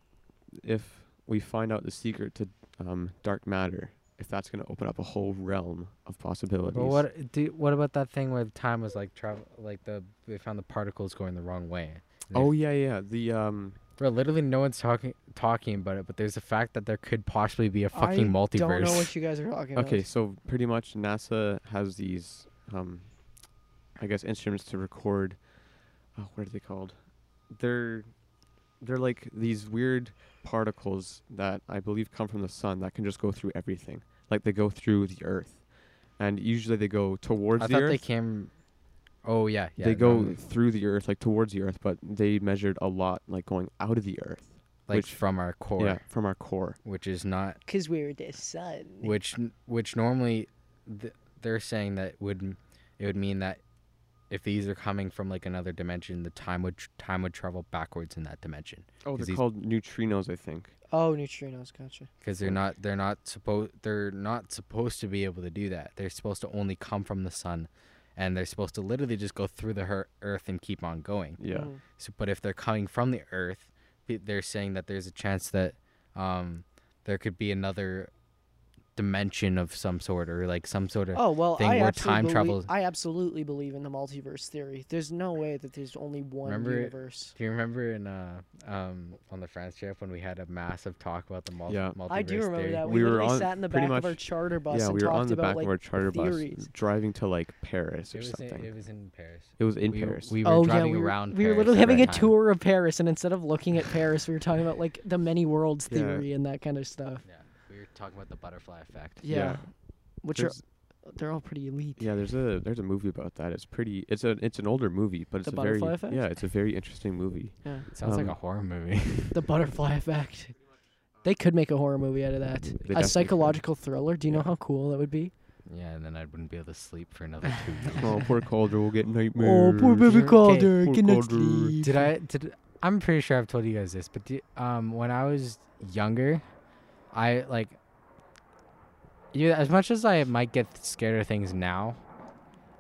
[SPEAKER 2] if we find out the secret to um, dark matter if that's going to open up a whole realm of possibilities
[SPEAKER 1] but what do, what about that thing where time was like travel, like the they found the particles going the wrong way. And they
[SPEAKER 2] oh yeah yeah the um
[SPEAKER 1] Bro, literally no one's talking talking about it, but there's the fact that there could possibly be a fucking
[SPEAKER 3] I
[SPEAKER 1] multiverse.
[SPEAKER 3] Don't know what you guys are talking about.
[SPEAKER 2] okay so pretty much nasa has these um i guess instruments to record oh, what are they called they're they're like these weird particles that i believe come from the sun that can just go through everything like they go through the earth and usually they go towards
[SPEAKER 1] I
[SPEAKER 2] the
[SPEAKER 1] thought
[SPEAKER 2] earth
[SPEAKER 1] they came. Oh yeah, yeah.
[SPEAKER 2] they
[SPEAKER 1] no,
[SPEAKER 2] go through the earth, like towards the earth, but they measured a lot, like going out of the earth.
[SPEAKER 1] like
[SPEAKER 2] which-
[SPEAKER 1] from our core, Oh,
[SPEAKER 2] Yeah, from our core.
[SPEAKER 1] which is not
[SPEAKER 3] Because we're the sun.
[SPEAKER 1] which n- which normally th- they're saying that would m- it would mean that if these are coming from like another dimension, the time would tr- time would travel backwards in that dimension
[SPEAKER 2] Oh,
[SPEAKER 1] 'Cause
[SPEAKER 2] they're
[SPEAKER 1] these-
[SPEAKER 2] called neutrinos, I think.
[SPEAKER 3] Oh, neutrinos. Gotcha.
[SPEAKER 1] because they're not they're not supposed they're not supposed to be able to do that. They're supposed to only come from the sun. And they're supposed to literally just go through the her- earth and keep on going.
[SPEAKER 2] Yeah.
[SPEAKER 3] Mm.
[SPEAKER 1] So, but if they're coming from the Earth, th- they're saying that there's a chance that um, there could be another dimension of some sort, or like some sort of.
[SPEAKER 3] Oh well,
[SPEAKER 1] thing
[SPEAKER 3] I
[SPEAKER 1] where
[SPEAKER 3] absolutely
[SPEAKER 1] time
[SPEAKER 3] belie-
[SPEAKER 1] travels-
[SPEAKER 3] I absolutely believe in the multiverse theory. There's no way that there's only one
[SPEAKER 1] Remember-
[SPEAKER 3] universe.
[SPEAKER 1] Do you remember in uh, um, on the France trip when we had a massive talk about the mul-
[SPEAKER 2] Yeah.
[SPEAKER 1] multiverse?
[SPEAKER 3] I do remember
[SPEAKER 1] theory?
[SPEAKER 3] that.
[SPEAKER 2] We
[SPEAKER 3] We,
[SPEAKER 2] were
[SPEAKER 3] literally
[SPEAKER 2] on-
[SPEAKER 3] sat in the
[SPEAKER 2] pretty
[SPEAKER 3] back of
[SPEAKER 2] much-
[SPEAKER 3] our charter bus
[SPEAKER 2] yeah,
[SPEAKER 3] and
[SPEAKER 2] we were
[SPEAKER 3] talked
[SPEAKER 2] on the
[SPEAKER 3] about
[SPEAKER 2] back
[SPEAKER 3] like
[SPEAKER 2] of our charter
[SPEAKER 3] theories.
[SPEAKER 2] bus, driving to like Paris
[SPEAKER 1] It
[SPEAKER 2] or
[SPEAKER 1] was, in,
[SPEAKER 2] something.
[SPEAKER 1] it was in Paris.
[SPEAKER 2] It was in
[SPEAKER 1] we, were-
[SPEAKER 2] Paris.
[SPEAKER 1] we were
[SPEAKER 3] oh yeah,
[SPEAKER 1] driving
[SPEAKER 3] we were,
[SPEAKER 1] around.
[SPEAKER 3] we were
[SPEAKER 1] Paris
[SPEAKER 3] literally
[SPEAKER 1] at
[SPEAKER 3] having a
[SPEAKER 1] that time.
[SPEAKER 3] tour of Paris, and instead of looking at Paris, we were talking about like the many worlds
[SPEAKER 2] Yeah.
[SPEAKER 3] theory and that kind of stuff.
[SPEAKER 1] Yeah, we were talking about the butterfly effect.
[SPEAKER 3] Yeah,
[SPEAKER 2] Yeah.
[SPEAKER 3] which
[SPEAKER 2] There's-
[SPEAKER 3] are they're all pretty elite.
[SPEAKER 2] yeah, there's a there's a movie about that. It's pretty. It's a it's an older movie, but it's
[SPEAKER 3] The
[SPEAKER 2] a very
[SPEAKER 3] Butterfly Effect?
[SPEAKER 2] yeah, it's a very interesting movie.
[SPEAKER 3] Yeah.
[SPEAKER 1] Sounds like
[SPEAKER 2] Um,
[SPEAKER 1] a horror movie.
[SPEAKER 3] The butterfly effect. They could make a horror movie out of that.
[SPEAKER 2] They definitely
[SPEAKER 3] A
[SPEAKER 2] could.
[SPEAKER 3] psychological thriller. Do you know
[SPEAKER 2] Yeah.
[SPEAKER 3] how cool that would be?
[SPEAKER 1] yeah, and then I wouldn't be able to sleep for another two years.
[SPEAKER 2] oh, poor Calder will get
[SPEAKER 3] Oh,
[SPEAKER 2] nightmares.
[SPEAKER 3] poor baby
[SPEAKER 1] Okay,
[SPEAKER 3] Calder.
[SPEAKER 2] poor
[SPEAKER 3] Good night's
[SPEAKER 2] Calder.
[SPEAKER 3] sleep.
[SPEAKER 1] Did I? Did I'm pretty sure I've told you guys this, but do, um, when I was younger, I like. Yeah, as much as I might get scared of things now,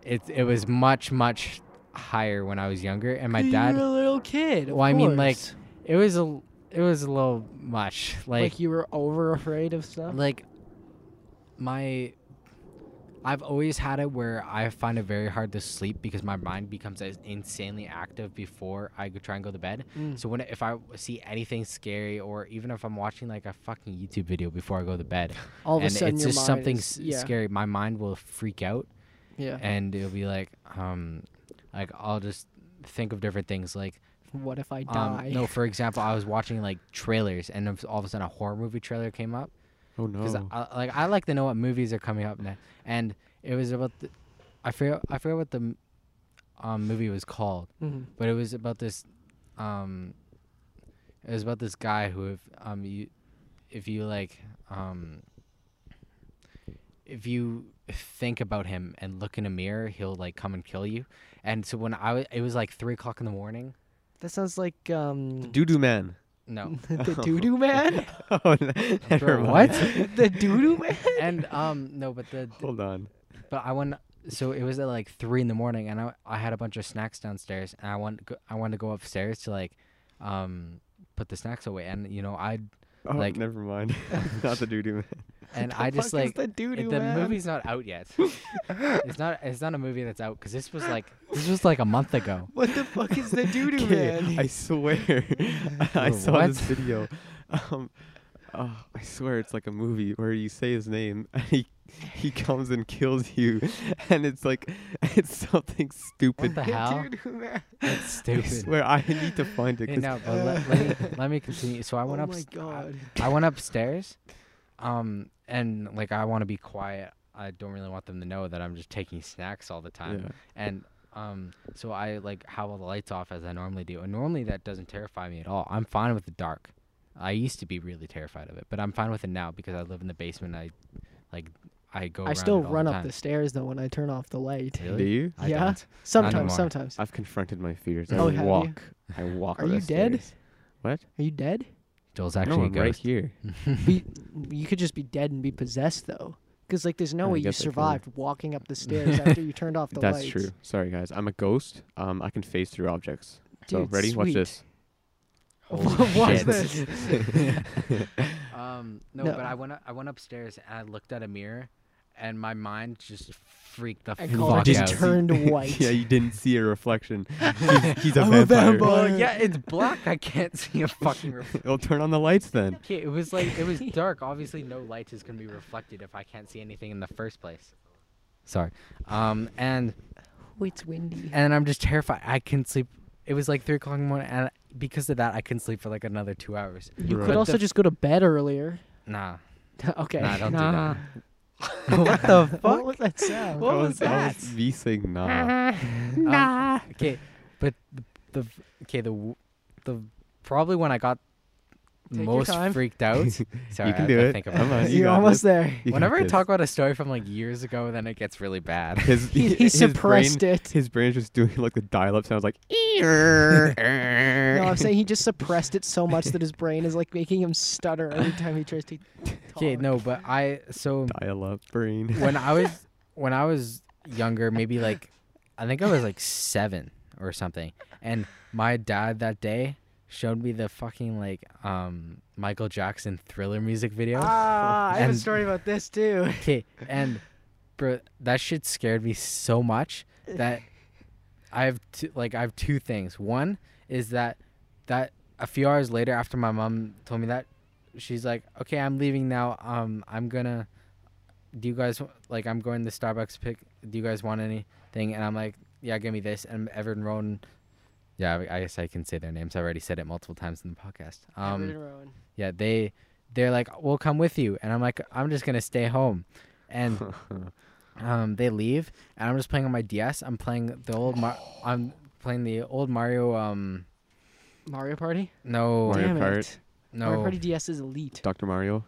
[SPEAKER 1] it it was much much higher when I was younger, and my
[SPEAKER 3] 'Cause
[SPEAKER 1] dad.
[SPEAKER 3] You were a little kid. of
[SPEAKER 1] Well, I mean, like,
[SPEAKER 3] course.
[SPEAKER 1] it was a it was a little much. Like
[SPEAKER 3] like you were over afraid of stuff.
[SPEAKER 1] like my I've always had it where I find it very hard to sleep because my mind becomes as insanely active before I go- try and go to bed.
[SPEAKER 3] Mm.
[SPEAKER 1] So when if I see anything scary or even if I'm watching like a fucking YouTube video before I go to bed,
[SPEAKER 3] All of
[SPEAKER 1] and
[SPEAKER 3] a sudden,
[SPEAKER 1] it's
[SPEAKER 3] your
[SPEAKER 1] just
[SPEAKER 3] mind
[SPEAKER 1] something s-
[SPEAKER 3] is- yeah, Uh-huh.
[SPEAKER 1] scary, my mind will freak out
[SPEAKER 3] Yeah.
[SPEAKER 1] and it'll be like um like I'll just think of different things like
[SPEAKER 3] what if I
[SPEAKER 1] um,
[SPEAKER 3] die?
[SPEAKER 1] no for example I was watching like trailers and if all of a sudden a horror movie trailer came up
[SPEAKER 2] Oh
[SPEAKER 1] because
[SPEAKER 2] no.
[SPEAKER 1] I, like I like to know what movies are coming up next. And it was about the, I forget I forget what the m- um, movie was called,
[SPEAKER 3] Mhm.
[SPEAKER 1] but it was about this um, it was about this guy who if um you if you like um if you think about him and look in a mirror, he'll like come and kill you. And so when I w- it was like three o'clock in the morning.
[SPEAKER 3] That sounds like um.
[SPEAKER 2] The Doo Doo Man.
[SPEAKER 1] No,
[SPEAKER 3] the doo doo man.
[SPEAKER 2] oh, n- never
[SPEAKER 1] Bro,
[SPEAKER 2] mind.
[SPEAKER 3] the doo doo man.
[SPEAKER 1] and um no, but the
[SPEAKER 2] Hold on.
[SPEAKER 1] But I went. So it was at like three in the morning, and I I had a bunch of snacks downstairs, and I want go- I wanted to go upstairs to like, um, put the snacks away, and you know I
[SPEAKER 2] Oh,
[SPEAKER 1] Like-
[SPEAKER 2] never mind. Not the Doo Doo Man.
[SPEAKER 1] and
[SPEAKER 3] The
[SPEAKER 1] I just
[SPEAKER 3] fuck is
[SPEAKER 1] like
[SPEAKER 3] the
[SPEAKER 1] it-
[SPEAKER 3] doo
[SPEAKER 1] the
[SPEAKER 3] doo man.
[SPEAKER 1] movie's not out yet. it's not it's not a movie that's out because this was like this was like a month ago.
[SPEAKER 3] What the fuck is the doo doo
[SPEAKER 2] Okay,
[SPEAKER 3] man?
[SPEAKER 2] I swear. I
[SPEAKER 1] Bro,
[SPEAKER 2] saw this
[SPEAKER 1] what?
[SPEAKER 2] video. Um, oh, I swear it's like a movie where you say his name and he he comes and kills you, and it's like it's something stupid.
[SPEAKER 1] What the hell?
[SPEAKER 3] Doo doo man.
[SPEAKER 1] It's
[SPEAKER 2] I
[SPEAKER 1] stupid.
[SPEAKER 2] swear I need to find it.
[SPEAKER 1] Hey,
[SPEAKER 2] 'cause
[SPEAKER 1] no, but let, let me, let me continue. So I went
[SPEAKER 3] oh
[SPEAKER 1] up.
[SPEAKER 3] my god.
[SPEAKER 1] I went upstairs, um, and like I want to be quiet. I don't really want them to know that I'm just taking snacks all the time.
[SPEAKER 2] yeah.
[SPEAKER 1] and um so i like have all the lights off as i normally do and normally that doesn't terrify me at all i'm fine with the dark i used to be really terrified of it but i'm fine with it now because i live in the basement and i like i go
[SPEAKER 3] I
[SPEAKER 1] around
[SPEAKER 3] still
[SPEAKER 1] it all
[SPEAKER 3] run
[SPEAKER 1] the
[SPEAKER 3] up
[SPEAKER 1] time.
[SPEAKER 3] the stairs though when I turn off the light.
[SPEAKER 1] Really?
[SPEAKER 2] Do you?
[SPEAKER 1] I
[SPEAKER 3] yeah.
[SPEAKER 1] don't. anymore.
[SPEAKER 3] Sometimes, sometimes.
[SPEAKER 2] I've confronted my fears. I
[SPEAKER 3] Oh, have you?
[SPEAKER 2] walk. I walk.
[SPEAKER 3] Are
[SPEAKER 2] up
[SPEAKER 3] you
[SPEAKER 2] the
[SPEAKER 3] dead?
[SPEAKER 2] stairs.
[SPEAKER 3] Are you dead?
[SPEAKER 1] joel's actually
[SPEAKER 2] no,
[SPEAKER 1] a
[SPEAKER 2] I'm right
[SPEAKER 1] ghost.
[SPEAKER 2] here.
[SPEAKER 3] Be, you could just be dead and be possessed though, because like there's no
[SPEAKER 2] I
[SPEAKER 3] way you
[SPEAKER 2] guess I could.
[SPEAKER 3] survived walking up the stairs after you turned off the
[SPEAKER 2] That's
[SPEAKER 3] lights.
[SPEAKER 2] true. Sorry guys, I'm a ghost. Um, I can phase through objects. so
[SPEAKER 3] Dude,
[SPEAKER 2] Oh, ready? Watch
[SPEAKER 3] sweet.
[SPEAKER 2] this.
[SPEAKER 1] Holy
[SPEAKER 3] Watch
[SPEAKER 1] shit.
[SPEAKER 3] this.
[SPEAKER 1] um no,
[SPEAKER 3] No.
[SPEAKER 1] but i went up, i went upstairs and i looked at a mirror and my mind just freaked the
[SPEAKER 3] And Colin
[SPEAKER 1] fuck
[SPEAKER 3] Oh, just
[SPEAKER 1] out
[SPEAKER 3] turned- turned white.
[SPEAKER 2] yeah, you didn't see a reflection. He's, he's a
[SPEAKER 3] I'm a
[SPEAKER 2] vampire.
[SPEAKER 3] vampire.
[SPEAKER 1] well yeah it's black i can't see a fucking reflection
[SPEAKER 2] Well, turn on the lights then.
[SPEAKER 1] Okay, it was like it was dark. Obviously, no light is gonna be reflected if I can't see anything in the first place. Sorry. Um, and
[SPEAKER 3] Oh, it's windy.
[SPEAKER 1] and I'm just terrified. I couldn't sleep. It was like three o'clock in the morning, and because of that, I couldn't sleep for like another two hours.
[SPEAKER 3] you
[SPEAKER 2] Right.
[SPEAKER 3] could
[SPEAKER 1] But
[SPEAKER 3] also
[SPEAKER 1] the-
[SPEAKER 3] just go to bed earlier.
[SPEAKER 1] Nah, Um,
[SPEAKER 3] okay.
[SPEAKER 1] nah, don't
[SPEAKER 2] Nah.
[SPEAKER 1] do that. what the
[SPEAKER 3] What was that sound?
[SPEAKER 2] Oh,
[SPEAKER 1] What was
[SPEAKER 2] that?
[SPEAKER 1] that? Uh-huh.
[SPEAKER 2] me saying nah.
[SPEAKER 1] nah. Okay, but the, the okay the the probably when I got
[SPEAKER 3] Take your
[SPEAKER 1] most
[SPEAKER 3] time.
[SPEAKER 1] freaked out. Sorry,
[SPEAKER 2] you can
[SPEAKER 1] I,
[SPEAKER 2] do
[SPEAKER 1] I
[SPEAKER 2] it.
[SPEAKER 1] Think
[SPEAKER 2] Come
[SPEAKER 1] about
[SPEAKER 2] on,
[SPEAKER 1] it.
[SPEAKER 2] you
[SPEAKER 3] You're
[SPEAKER 2] got
[SPEAKER 3] almost
[SPEAKER 2] this.
[SPEAKER 3] there.
[SPEAKER 2] You got
[SPEAKER 1] Whenever I
[SPEAKER 2] this.
[SPEAKER 1] talk about a story from like years ago, then it gets really bad.
[SPEAKER 2] his,
[SPEAKER 3] He, he
[SPEAKER 2] his
[SPEAKER 3] suppressed
[SPEAKER 2] brain,
[SPEAKER 3] it.
[SPEAKER 2] His brain's just doing like the dial-up sounds like.
[SPEAKER 3] No, I'm saying he just suppressed it so much that his brain is like making him stutter every time he tries to.
[SPEAKER 1] Okay,
[SPEAKER 3] talk.
[SPEAKER 1] no, but I so
[SPEAKER 2] dial-up brain.
[SPEAKER 1] when I was when I was younger, maybe like I think I was like seven or something, and my dad that day showed me the fucking like um Michael Jackson Thriller music video.
[SPEAKER 3] Ah, I have a
[SPEAKER 1] And-
[SPEAKER 3] story about this too.
[SPEAKER 1] Okay, and bro, that shit scared me so much that I have two, like I have two things. One is that that a few hours later after my mom told me that she's like, "Okay, I'm leaving now. Um I'm going to do you guys w- like I'm going to Starbucks pick do you guys want anything?" And I'm like, "Yeah, give me this." And Everton Rowan yeah, I I guess I can say their names. I already said it multiple times in the podcast. Um,
[SPEAKER 3] Everton Rowan.
[SPEAKER 1] yeah, they they're like, "We'll come with you," and I'm like, "I'm just gonna stay home," and um, they leave, and I'm just playing on my DS. I'm playing the old Mar- I'm playing the old Mario. Um,
[SPEAKER 3] Mario Party.
[SPEAKER 1] no,
[SPEAKER 2] Mario
[SPEAKER 3] Damn
[SPEAKER 2] Kart.
[SPEAKER 3] it. Mario
[SPEAKER 1] no,
[SPEAKER 3] Party DS is elite.
[SPEAKER 2] Dr. Mario.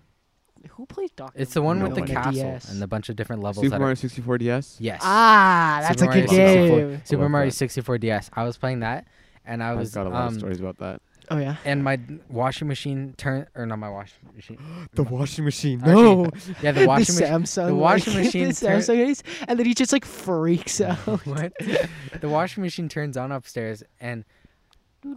[SPEAKER 3] Who plays Doctor?
[SPEAKER 1] it's the one with the
[SPEAKER 2] No, on the
[SPEAKER 1] castle and the bunch of different levels.
[SPEAKER 2] Super
[SPEAKER 1] that
[SPEAKER 2] Mario
[SPEAKER 1] are-
[SPEAKER 2] 64 DS.
[SPEAKER 1] yes,
[SPEAKER 3] Ah, that's
[SPEAKER 1] Super
[SPEAKER 3] a good
[SPEAKER 1] Mario
[SPEAKER 2] game.
[SPEAKER 1] 64
[SPEAKER 3] game.
[SPEAKER 1] Super
[SPEAKER 2] Love
[SPEAKER 1] Mario
[SPEAKER 2] that.
[SPEAKER 1] 64 DS. I was playing that, and I
[SPEAKER 2] I've
[SPEAKER 1] was
[SPEAKER 2] got a lot of
[SPEAKER 1] um,
[SPEAKER 2] stories about that.
[SPEAKER 3] Oh yeah.
[SPEAKER 1] and my washing machine turned or not my washing machine.
[SPEAKER 2] The washing machine.
[SPEAKER 1] Actually,
[SPEAKER 2] No.
[SPEAKER 1] Yeah, the washing
[SPEAKER 3] the
[SPEAKER 1] machine.
[SPEAKER 3] Samsung,
[SPEAKER 1] the washing
[SPEAKER 3] like,
[SPEAKER 1] machine
[SPEAKER 3] the
[SPEAKER 1] turn-
[SPEAKER 3] Samsung, is- and then he just like freaks out.
[SPEAKER 1] What? The washing machine turns on upstairs, and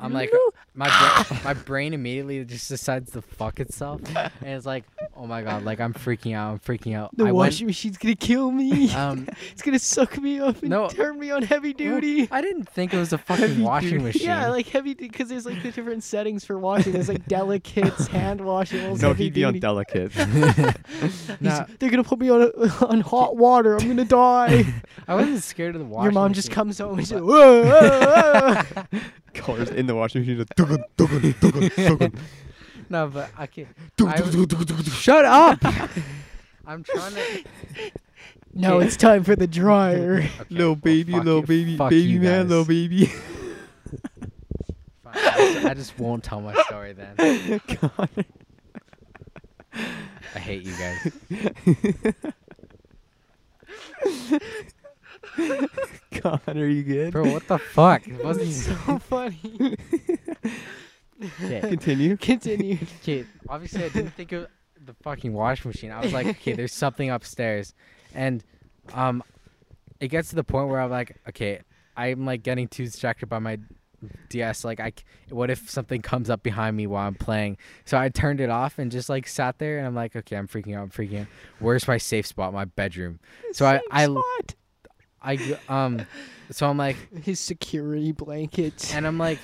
[SPEAKER 1] I'm like, my bra- my brain immediately just decides to fuck itself, and it's like, oh my god, like I'm freaking out, I'm freaking out.
[SPEAKER 3] the
[SPEAKER 1] I went,
[SPEAKER 3] washing machine's gonna kill me.
[SPEAKER 1] um,
[SPEAKER 3] it's gonna suck me up and
[SPEAKER 1] No.
[SPEAKER 3] turn me on heavy duty.
[SPEAKER 1] I didn't think it was a fucking washing machine.
[SPEAKER 3] Yeah, like heavy because there's like the different settings for washing. There's like delicates, hand washing.
[SPEAKER 2] no, he'd be on delicate.
[SPEAKER 1] Nah,
[SPEAKER 3] They're gonna put me on a, on hot water. I'm gonna die.
[SPEAKER 1] I wasn't scared of the washing.
[SPEAKER 3] Your mom just
[SPEAKER 1] machine.
[SPEAKER 3] comes home and she's like, whoa, whoa, whoa."
[SPEAKER 2] Cars in the washing machine. just dugun, dugun, dugun, dugun,
[SPEAKER 1] No, but I can't.
[SPEAKER 2] dugun,
[SPEAKER 1] I was-
[SPEAKER 2] dugun, dugun, dugun, dugun.
[SPEAKER 1] Shut up! I'm trying to.
[SPEAKER 3] Now it's time for the dryer.
[SPEAKER 1] Okay,
[SPEAKER 2] Little
[SPEAKER 1] well,
[SPEAKER 2] baby,
[SPEAKER 1] fuck
[SPEAKER 2] little
[SPEAKER 1] you-
[SPEAKER 2] baby,
[SPEAKER 1] fuck
[SPEAKER 2] baby
[SPEAKER 1] you
[SPEAKER 2] man,
[SPEAKER 1] guys.
[SPEAKER 2] little baby.
[SPEAKER 1] Fine, I just- I just won't tell my story then. I hate you guys.
[SPEAKER 2] Con, are you good?
[SPEAKER 1] Bro, what the fuck? It wasn't
[SPEAKER 3] That's so funny.
[SPEAKER 1] okay.
[SPEAKER 2] Continue.
[SPEAKER 3] Continue.
[SPEAKER 1] okay, obviously I didn't think of the fucking washing machine. I was like, okay, there's something upstairs, and um, it gets to the point where I'm like, okay, I'm like getting too distracted by my DS. Like, I c- what if something comes up behind me while I'm playing? So I turned it off and just like sat there, and I'm like, okay, I'm freaking out, I'm freaking out. Where's my safe spot? My bedroom. So I-
[SPEAKER 3] Safe
[SPEAKER 1] I-
[SPEAKER 3] spot.
[SPEAKER 1] I g- um, so I'm like,
[SPEAKER 3] his security blanket.
[SPEAKER 1] and I'm like,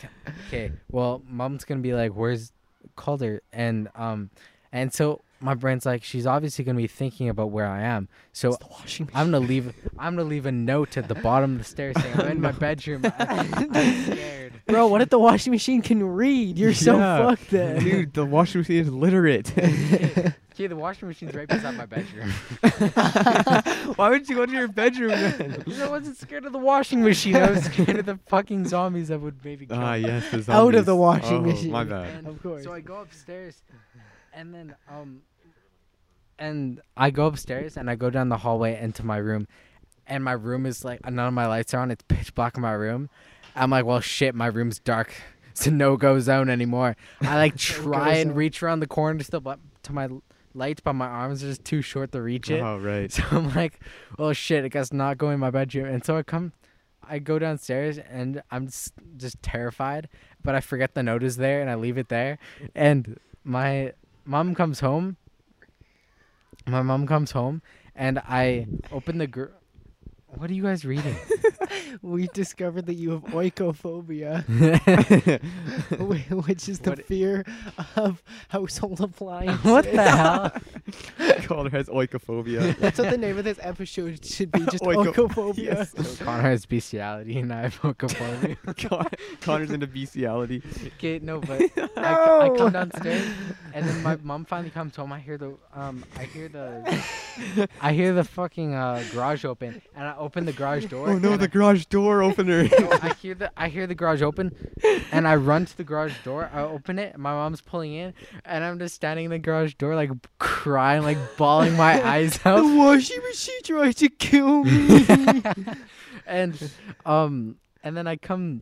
[SPEAKER 1] okay, well, mom's gonna be like, where's Calder? And um, and so my brain's like, she's obviously gonna be thinking about where I am. So
[SPEAKER 3] It's the washing
[SPEAKER 1] I'm gonna leave. I'm gonna leave a note at the bottom of the stairs saying I'm in my bedroom. I'm scared.
[SPEAKER 3] Bro, what if the washing machine can read? You're so
[SPEAKER 2] Yeah.
[SPEAKER 3] fucked then.
[SPEAKER 2] Dude, the washing machine is literate.
[SPEAKER 1] Okay, the washing machine's right beside my bedroom.
[SPEAKER 2] Why would you go to your bedroom then?
[SPEAKER 1] 'Cause I wasn't scared of the washing machine. I was scared of the fucking zombies that would maybe kill
[SPEAKER 2] Ah,
[SPEAKER 1] me.
[SPEAKER 2] yes, the zombies.
[SPEAKER 3] Out of the washing
[SPEAKER 2] oh,
[SPEAKER 3] machine.
[SPEAKER 2] My bad.
[SPEAKER 1] And
[SPEAKER 3] Of course.
[SPEAKER 1] So I go upstairs, and then um, and I go upstairs and I go down the hallway into my room, and my room is like none of my lights are on. It's pitch black in my room. I'm like, well, shit, my room's dark. It's a no go zone anymore. I like try and
[SPEAKER 3] zone.
[SPEAKER 1] reach around the corner to the bu- to my l- lights, but my arms are just too short to reach it.
[SPEAKER 2] Oh, right.
[SPEAKER 1] So I'm like, oh shit, I guess not going in my bedroom. And so I come, I go downstairs and I'm just, just terrified, but I forget the note is there and I leave it there. And my mom comes home. My mom comes home and I open the gr- What are you guys reading?
[SPEAKER 3] we discovered that you have oikophobia, whi- which is the
[SPEAKER 1] What i-
[SPEAKER 3] fear of household appliances.
[SPEAKER 1] what the hell?
[SPEAKER 2] Calder has oikophobia.
[SPEAKER 3] That's what the name of this episode should be. Just
[SPEAKER 2] Oiko-
[SPEAKER 3] oikophobia.
[SPEAKER 2] Yes.
[SPEAKER 1] Connor has bestiality and I have okophobia.
[SPEAKER 2] Con- Connor's into bestiality.
[SPEAKER 1] Okay, no, but I, I
[SPEAKER 3] No.
[SPEAKER 1] come downstairs, and then my mom finally comes home. I hear the um, I hear the, I hear the fucking uh, garage open, and I open the garage door.
[SPEAKER 2] Oh no,
[SPEAKER 1] and
[SPEAKER 2] the garage door opener.
[SPEAKER 1] I, no, I hear the I hear the garage open, and I run to the garage door. I open it. My mom's pulling in, and I'm just standing in the garage door, like crying, like bawling my eyes out.
[SPEAKER 3] The washing machine tried to kill me.
[SPEAKER 1] and um and then I come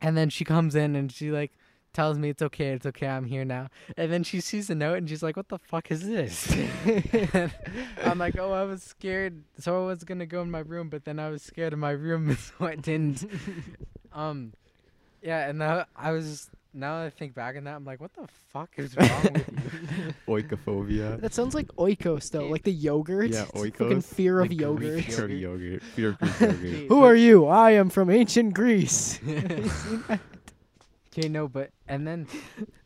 [SPEAKER 1] and then she comes in and she like tells me it's okay, it's okay, I'm here now. And then she sees the note and she's like, What the fuck is this? And I'm like, Oh, I was scared so I was gonna go in my room, but then I was scared of my room so I didn't. um yeah, and now I was just now that I think back on that, I'm like, what the fuck is wrong with you?
[SPEAKER 2] Oikophobia.
[SPEAKER 3] that sounds like oikos though, like the yogurt.
[SPEAKER 2] Yeah,
[SPEAKER 3] It's Fucking
[SPEAKER 2] oikos.
[SPEAKER 3] fear of
[SPEAKER 2] The
[SPEAKER 3] yogurt.
[SPEAKER 2] Greek Fear of yogurt. Fear of Greek yogurt.
[SPEAKER 1] Okay,
[SPEAKER 3] Who
[SPEAKER 1] but-
[SPEAKER 3] are you? I am from ancient Greece.
[SPEAKER 1] Okay, no, but and then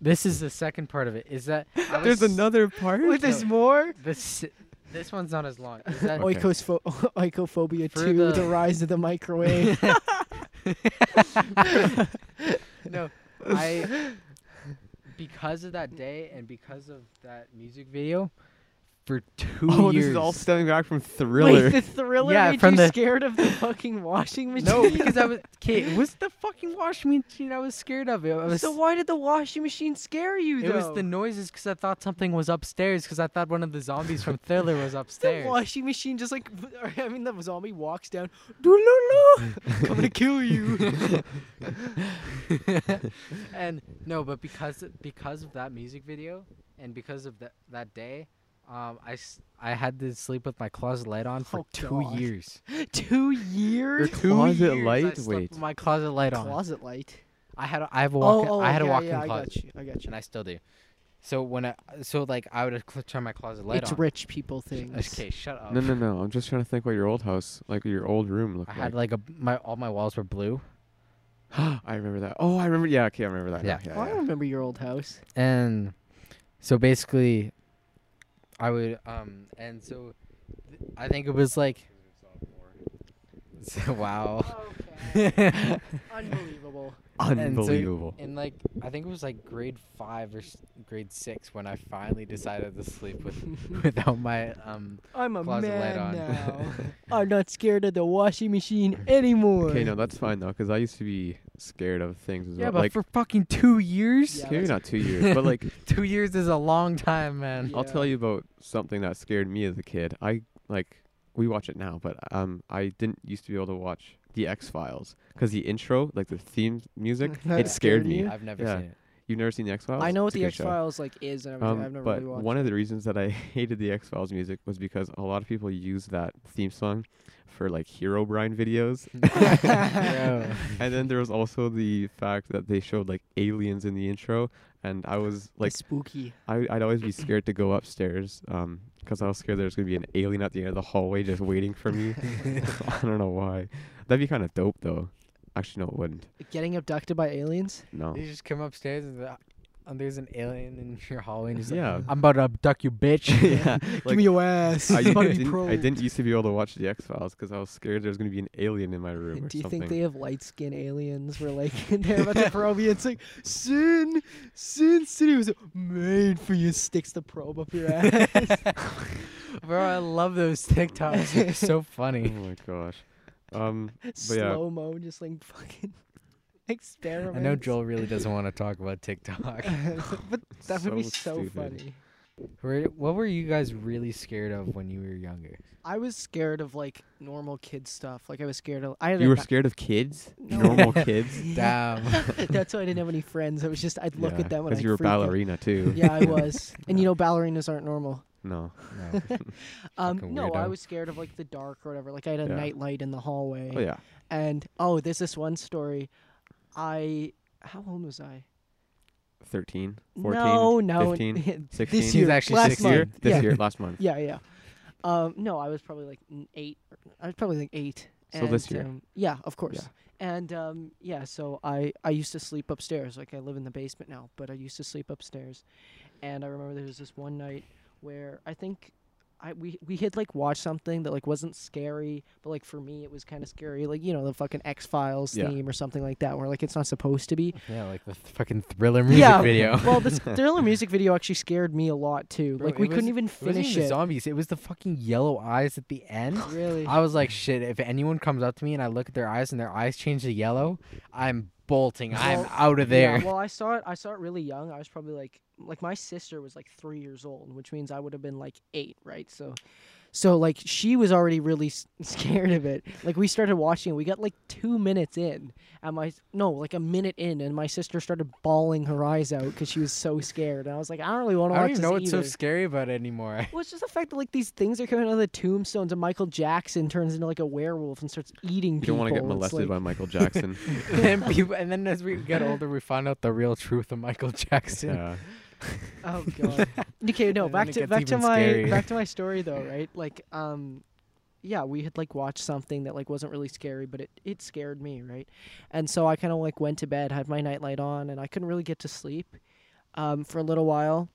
[SPEAKER 1] this is the second part of it. Is that I
[SPEAKER 2] There's
[SPEAKER 1] was-
[SPEAKER 2] another part.
[SPEAKER 3] Wait, there's more?
[SPEAKER 1] This this one's not as long. Is that
[SPEAKER 2] Okay.
[SPEAKER 3] Oikosfo- oikophobia
[SPEAKER 1] For
[SPEAKER 3] 2, the...
[SPEAKER 1] the-
[SPEAKER 3] rise of the microwave.
[SPEAKER 1] no? I because of that day and because of that music video, for two
[SPEAKER 2] Oh,
[SPEAKER 1] years.
[SPEAKER 2] this is all stemming back from Thriller.
[SPEAKER 3] Wait, the thriller
[SPEAKER 1] Yeah,
[SPEAKER 3] made
[SPEAKER 1] from
[SPEAKER 3] you
[SPEAKER 1] the-
[SPEAKER 3] scared of the fucking washing machine?
[SPEAKER 1] no, because I was okay. It was the fucking washing machine. I was scared of it. I was
[SPEAKER 3] so why did the washing machine scare you, though?
[SPEAKER 1] It was the noises because I thought something was upstairs because I thought one of the zombies from Thriller was
[SPEAKER 3] The
[SPEAKER 1] upstairs.
[SPEAKER 3] washing machine just like, I mean, the zombie walks down, "Doo-loo-loo, I'm gonna kill you.
[SPEAKER 1] and no, but because because of that music video and because of that that day, um, I s- I had to sleep with my closet light on for
[SPEAKER 3] Oh,
[SPEAKER 1] two
[SPEAKER 3] God.
[SPEAKER 1] years.
[SPEAKER 3] Two years?
[SPEAKER 1] For
[SPEAKER 2] Two closet
[SPEAKER 1] years I
[SPEAKER 2] light?
[SPEAKER 1] slept
[SPEAKER 2] Wait.
[SPEAKER 1] with my closet light on.
[SPEAKER 3] Closet light. Oh,
[SPEAKER 1] I had a, I have a walk. I had a
[SPEAKER 3] yeah,
[SPEAKER 1] walk-in
[SPEAKER 3] yeah,
[SPEAKER 1] closet,
[SPEAKER 3] I got you. I got you.
[SPEAKER 1] and I still do. So when I so like I would cl- turn my closet light
[SPEAKER 3] it's
[SPEAKER 1] on.
[SPEAKER 3] rich people things.
[SPEAKER 1] Okay, shut up.
[SPEAKER 2] no, no, no. I'm just trying to think what your old house, like your old room, looked
[SPEAKER 1] I had like a my all my walls were blue,
[SPEAKER 2] like. I remember that. Oh, I remember. Yeah, okay, I remember that. now.
[SPEAKER 1] Yeah.
[SPEAKER 3] Oh, I
[SPEAKER 2] yeah,
[SPEAKER 3] remember your old house.
[SPEAKER 1] and so basically, I would um and so th- I think it was like. So, wow. and
[SPEAKER 3] Unbelievable.
[SPEAKER 2] Unbelievable.
[SPEAKER 1] like I think it was like grade five or s- grade six when I finally decided to sleep with without my um.
[SPEAKER 3] I'm a
[SPEAKER 1] Closet light
[SPEAKER 3] man
[SPEAKER 1] on.
[SPEAKER 3] now. I'm not scared of the washing machine anymore.
[SPEAKER 2] Okay, no, that's fine though, because I used to be scared of things as
[SPEAKER 1] Yeah,
[SPEAKER 2] well.
[SPEAKER 1] but
[SPEAKER 2] like,
[SPEAKER 1] for fucking two years.
[SPEAKER 3] Yeah,
[SPEAKER 2] maybe
[SPEAKER 3] that's-
[SPEAKER 2] not two years, but like,
[SPEAKER 1] Two years is a long time, man.
[SPEAKER 2] I'll tell
[SPEAKER 3] Yeah.
[SPEAKER 2] you about something that scared me as a kid. I like we watch it now, but um, I didn't used to be able to watch the X Files because the intro, like the theme music, it
[SPEAKER 3] That
[SPEAKER 2] scared,
[SPEAKER 3] scared
[SPEAKER 2] me.
[SPEAKER 3] you?
[SPEAKER 1] I've never
[SPEAKER 2] Yeah.
[SPEAKER 1] seen it.
[SPEAKER 2] You've never seen the X Files?
[SPEAKER 3] I know what the X Files like is, and everything.
[SPEAKER 2] Um,
[SPEAKER 3] I've never
[SPEAKER 2] but
[SPEAKER 3] really watched.
[SPEAKER 2] one of the reasons that I hated the X Files music was because a lot of people use that theme song for like hero Brian videos.
[SPEAKER 1] Bro.
[SPEAKER 2] And then there was also the fact that they showed like aliens in the intro, and I was like,
[SPEAKER 3] spooky.
[SPEAKER 2] I, I'd always be scared to go upstairs um 'cause I was scared there's gonna be an alien at the end of the hallway just waiting for me. I don't know why. That'd be kind of dope though. Actually, no, it wouldn't.
[SPEAKER 3] Getting abducted by aliens.
[SPEAKER 2] No.
[SPEAKER 1] You just come upstairs and, the, and there's an alien in your hallway and he's like,
[SPEAKER 3] "Ah,
[SPEAKER 2] Yeah.
[SPEAKER 1] I'm about to abduct you, bitch.
[SPEAKER 2] yeah. Like,
[SPEAKER 3] your ass.
[SPEAKER 2] I,
[SPEAKER 1] Somebody
[SPEAKER 2] didn't, I
[SPEAKER 1] probed.
[SPEAKER 2] didn't used to be able to watch the X Files 'cause I was scared there's gonna be an alien in my room or
[SPEAKER 3] Do you
[SPEAKER 2] something.
[SPEAKER 3] think they have light skin aliens where like they're about to probe you? It's like Sin, Sin City was made for you. Sticks the probe up your ass.
[SPEAKER 1] Bro, I love those TikToks. They're so funny.
[SPEAKER 2] oh my gosh. Um, yeah.
[SPEAKER 3] Slow mo, just like fucking experiment.
[SPEAKER 1] I know Joel really doesn't want to talk about TikTok.
[SPEAKER 3] but that would be
[SPEAKER 2] So
[SPEAKER 3] so
[SPEAKER 2] stupid.
[SPEAKER 3] funny.
[SPEAKER 1] Were- what were you guys really scared of when you were younger?
[SPEAKER 3] I was scared of like normal kid stuff. Like I was scared of. I had
[SPEAKER 2] you
[SPEAKER 3] a
[SPEAKER 2] were
[SPEAKER 3] ma-
[SPEAKER 2] scared of kids,
[SPEAKER 3] No.
[SPEAKER 2] normal kids.
[SPEAKER 1] Damn.
[SPEAKER 3] That's why I didn't have any friends. I was just I'd look
[SPEAKER 2] Yeah,
[SPEAKER 3] at them and
[SPEAKER 2] 'cause
[SPEAKER 3] I'd
[SPEAKER 2] you were a
[SPEAKER 3] freak out.
[SPEAKER 2] ballerina too.
[SPEAKER 3] Yeah, I was. And you know, ballerinas aren't normal.
[SPEAKER 2] No.
[SPEAKER 1] No.
[SPEAKER 3] Um,
[SPEAKER 1] Fucking
[SPEAKER 3] no, I
[SPEAKER 1] weirdo.
[SPEAKER 3] was scared of like the dark or whatever. Like I had a
[SPEAKER 2] Yeah.
[SPEAKER 3] nightlight in the hallway.
[SPEAKER 2] Oh yeah.
[SPEAKER 3] And oh, there's this one story. I how old was I?
[SPEAKER 2] 13, 14,
[SPEAKER 3] no, no,
[SPEAKER 2] 15,
[SPEAKER 3] this
[SPEAKER 2] 16?
[SPEAKER 3] year,
[SPEAKER 1] He's actually
[SPEAKER 3] last
[SPEAKER 2] This
[SPEAKER 1] month.
[SPEAKER 2] year, this
[SPEAKER 3] yeah.
[SPEAKER 2] year, last month.
[SPEAKER 3] Yeah, yeah. Um, no, I was probably like n- eight. or- I was probably like eight.
[SPEAKER 2] So this
[SPEAKER 3] and,
[SPEAKER 2] year.
[SPEAKER 3] um, yeah, of course. And um, yeah, so I I used to sleep upstairs. Like I live in the basement now, but I used to sleep upstairs. And I remember there was this one night where I think. I, we, we had like watched something that like wasn't scary, but like for me it was kind of scary, like you know the fucking X Files
[SPEAKER 2] Yeah.
[SPEAKER 3] theme or something like that, where like it's not supposed to be.
[SPEAKER 1] Yeah, like the fucking thriller music
[SPEAKER 3] yeah,
[SPEAKER 1] video.
[SPEAKER 3] well, this thriller music video actually scared me a lot too.
[SPEAKER 1] Bro,
[SPEAKER 3] like we
[SPEAKER 1] it
[SPEAKER 3] couldn't
[SPEAKER 1] wasn't-
[SPEAKER 3] even
[SPEAKER 1] It wasn't
[SPEAKER 3] finish
[SPEAKER 1] even
[SPEAKER 3] it.
[SPEAKER 1] zombies. It was the fucking yellow eyes at the end.
[SPEAKER 3] Really?
[SPEAKER 1] I was like, shit, if anyone comes up to me and I look at their eyes and their eyes change to yellow, I'm bolting. I'm
[SPEAKER 3] Well,
[SPEAKER 1] out of there.
[SPEAKER 3] Yeah, well, I saw it. I saw it really young. I was probably like, like my sister was like three years old, which means I would have been like eight, right? So, so like she was already really s- scared of it. Like we started watching, it, we got like two minutes in, and my no, like a minute in, and my sister started bawling her eyes out because she was so scared. And I was like, I don't really want to
[SPEAKER 1] I
[SPEAKER 3] watch
[SPEAKER 1] don't even
[SPEAKER 3] this
[SPEAKER 1] know what's so
[SPEAKER 3] either.
[SPEAKER 1] scary about it anymore.
[SPEAKER 3] well, it's just the fact that like these things are coming out of the tombstones, and Michael Jackson turns into like a werewolf and starts eating
[SPEAKER 2] You
[SPEAKER 3] people.
[SPEAKER 2] don't want to get
[SPEAKER 3] It's
[SPEAKER 2] molested
[SPEAKER 3] like-
[SPEAKER 2] by Michael Jackson.
[SPEAKER 1] and, then people, and then as we get older, we find out the real truth of Michael Jackson.
[SPEAKER 2] yeah.
[SPEAKER 3] Oh god. okay, no,
[SPEAKER 1] And then
[SPEAKER 3] back
[SPEAKER 1] it
[SPEAKER 3] to
[SPEAKER 1] gets
[SPEAKER 3] back to
[SPEAKER 1] even
[SPEAKER 3] my
[SPEAKER 1] scarier.
[SPEAKER 3] back to my story though, right? Like um yeah, we had like watched something that like wasn't really scary, but it it scared me, right? And so I kind of like went to bed, had my nightlight on, and I couldn't really get to sleep um for a little while.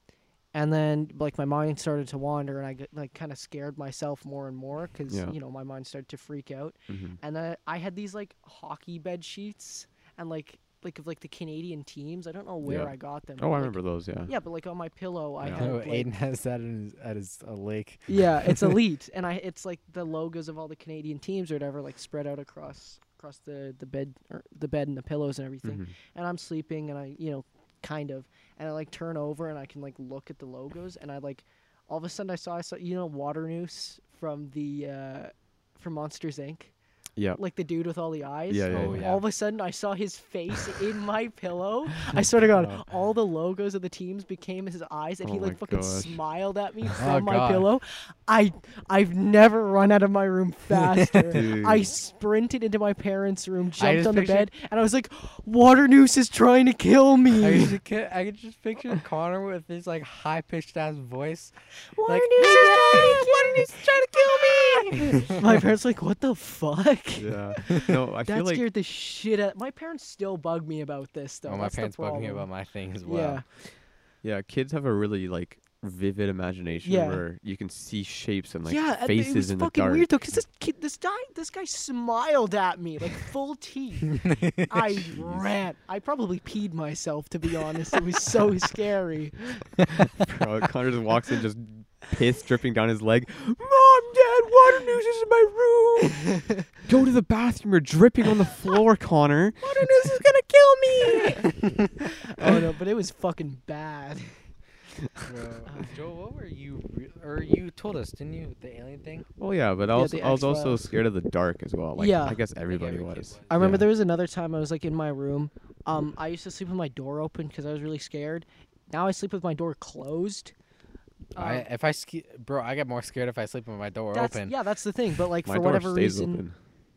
[SPEAKER 3] And then like my mind started to wander and I got, like kind of scared myself more and more cuz
[SPEAKER 2] Yeah.
[SPEAKER 3] you know, my mind started to freak out
[SPEAKER 2] Mhm.
[SPEAKER 3] and then I had these like hockey bed sheets and like like of like the Canadian teams. I don't know where
[SPEAKER 2] Yeah.
[SPEAKER 3] I got them. but,
[SPEAKER 2] Oh, I
[SPEAKER 3] like-
[SPEAKER 2] remember those. Yeah.
[SPEAKER 3] Yeah, but like on my pillow, I
[SPEAKER 2] Yeah.
[SPEAKER 3] had
[SPEAKER 1] Oh,
[SPEAKER 3] like,
[SPEAKER 1] Aiden has that in his, at his a lake.
[SPEAKER 3] yeah, it's elite, and I it's like the logos of all the Canadian teams or whatever, like spread out across across the the bed or the bed and the pillows and everything.
[SPEAKER 2] Mhm.
[SPEAKER 3] And I'm sleeping, and I you know kind of, and I like turn over and I can like look at the logos, and I like all of a sudden I saw I saw you know Water Noose from the uh from Monsters Inc.
[SPEAKER 2] Yeah.
[SPEAKER 3] Like the dude with all the eyes.
[SPEAKER 2] Yeah, yeah,
[SPEAKER 1] Oh, yeah.
[SPEAKER 3] All of a sudden, I saw his face in my pillow. I swear to God,
[SPEAKER 1] Oh.
[SPEAKER 3] all the logos of the teams became his eyes, and
[SPEAKER 2] Oh
[SPEAKER 3] he
[SPEAKER 2] my
[SPEAKER 3] like fucking
[SPEAKER 2] gosh.
[SPEAKER 3] smiled at me from my
[SPEAKER 1] Oh, God.
[SPEAKER 3] pillow. I I've never run out of my room faster. I
[SPEAKER 2] Dude.
[SPEAKER 3] sprinted into my parents' room, jumped
[SPEAKER 1] just
[SPEAKER 3] on the
[SPEAKER 1] pictured-
[SPEAKER 3] bed, and I was like, "Water noose is trying to kill
[SPEAKER 1] I
[SPEAKER 3] me."
[SPEAKER 1] just, I could just picture Connor with his like high pitched ass voice.
[SPEAKER 3] Water
[SPEAKER 1] like,
[SPEAKER 3] noose is trying to
[SPEAKER 1] Water Noose is trying to kill me.
[SPEAKER 3] kill me. my parents were like, "What the fuck?"
[SPEAKER 2] Yeah. No, I feel
[SPEAKER 3] that
[SPEAKER 2] like
[SPEAKER 3] scared the shit out. My parents still bug me about this though.
[SPEAKER 1] Oh, my
[SPEAKER 3] That's the
[SPEAKER 1] parents bugged me
[SPEAKER 3] problem.
[SPEAKER 1] about my thing as
[SPEAKER 3] Yeah.
[SPEAKER 1] well.
[SPEAKER 2] yeah, kids have a really like vivid imagination
[SPEAKER 3] Yeah.
[SPEAKER 2] where you can see shapes and like
[SPEAKER 3] yeah, and
[SPEAKER 2] faces
[SPEAKER 3] it was
[SPEAKER 2] in the
[SPEAKER 3] fucking
[SPEAKER 2] dark.
[SPEAKER 3] weird though, because this kid, this guy, this guy smiled at me like full teeth. I ran. I probably peed myself to be honest. It was so scary.
[SPEAKER 2] Bro, Connor just walks in, just piss dripping down his leg. Mom, Dad, water news is in my room. Go to the bathroom. You're dripping on the floor, Connor.
[SPEAKER 3] Water news is gonna kill me. oh no, but it was fucking bad.
[SPEAKER 1] Joel, what were you? re- Or you told us, didn't you? The alien thing.
[SPEAKER 2] Well, yeah, but I
[SPEAKER 3] Yeah,
[SPEAKER 2] was,
[SPEAKER 3] the
[SPEAKER 2] I was also
[SPEAKER 3] X-Files.
[SPEAKER 2] scared of the dark as well. Like,
[SPEAKER 3] Yeah.
[SPEAKER 2] I guess everybody
[SPEAKER 1] every kid
[SPEAKER 2] was.
[SPEAKER 1] was.
[SPEAKER 3] I remember
[SPEAKER 2] Yeah.
[SPEAKER 3] there was another time I was like in my room. Um, I used to sleep with my door open because I was really scared. Now I sleep with my door closed.
[SPEAKER 1] I,
[SPEAKER 3] Um,
[SPEAKER 1] if I ski, bro, I get more scared if I sleep with my door
[SPEAKER 3] that's,
[SPEAKER 1] open.
[SPEAKER 3] Yeah, that's the thing. But like
[SPEAKER 2] My
[SPEAKER 3] for
[SPEAKER 2] door
[SPEAKER 3] whatever
[SPEAKER 2] stays
[SPEAKER 3] reason,
[SPEAKER 2] open.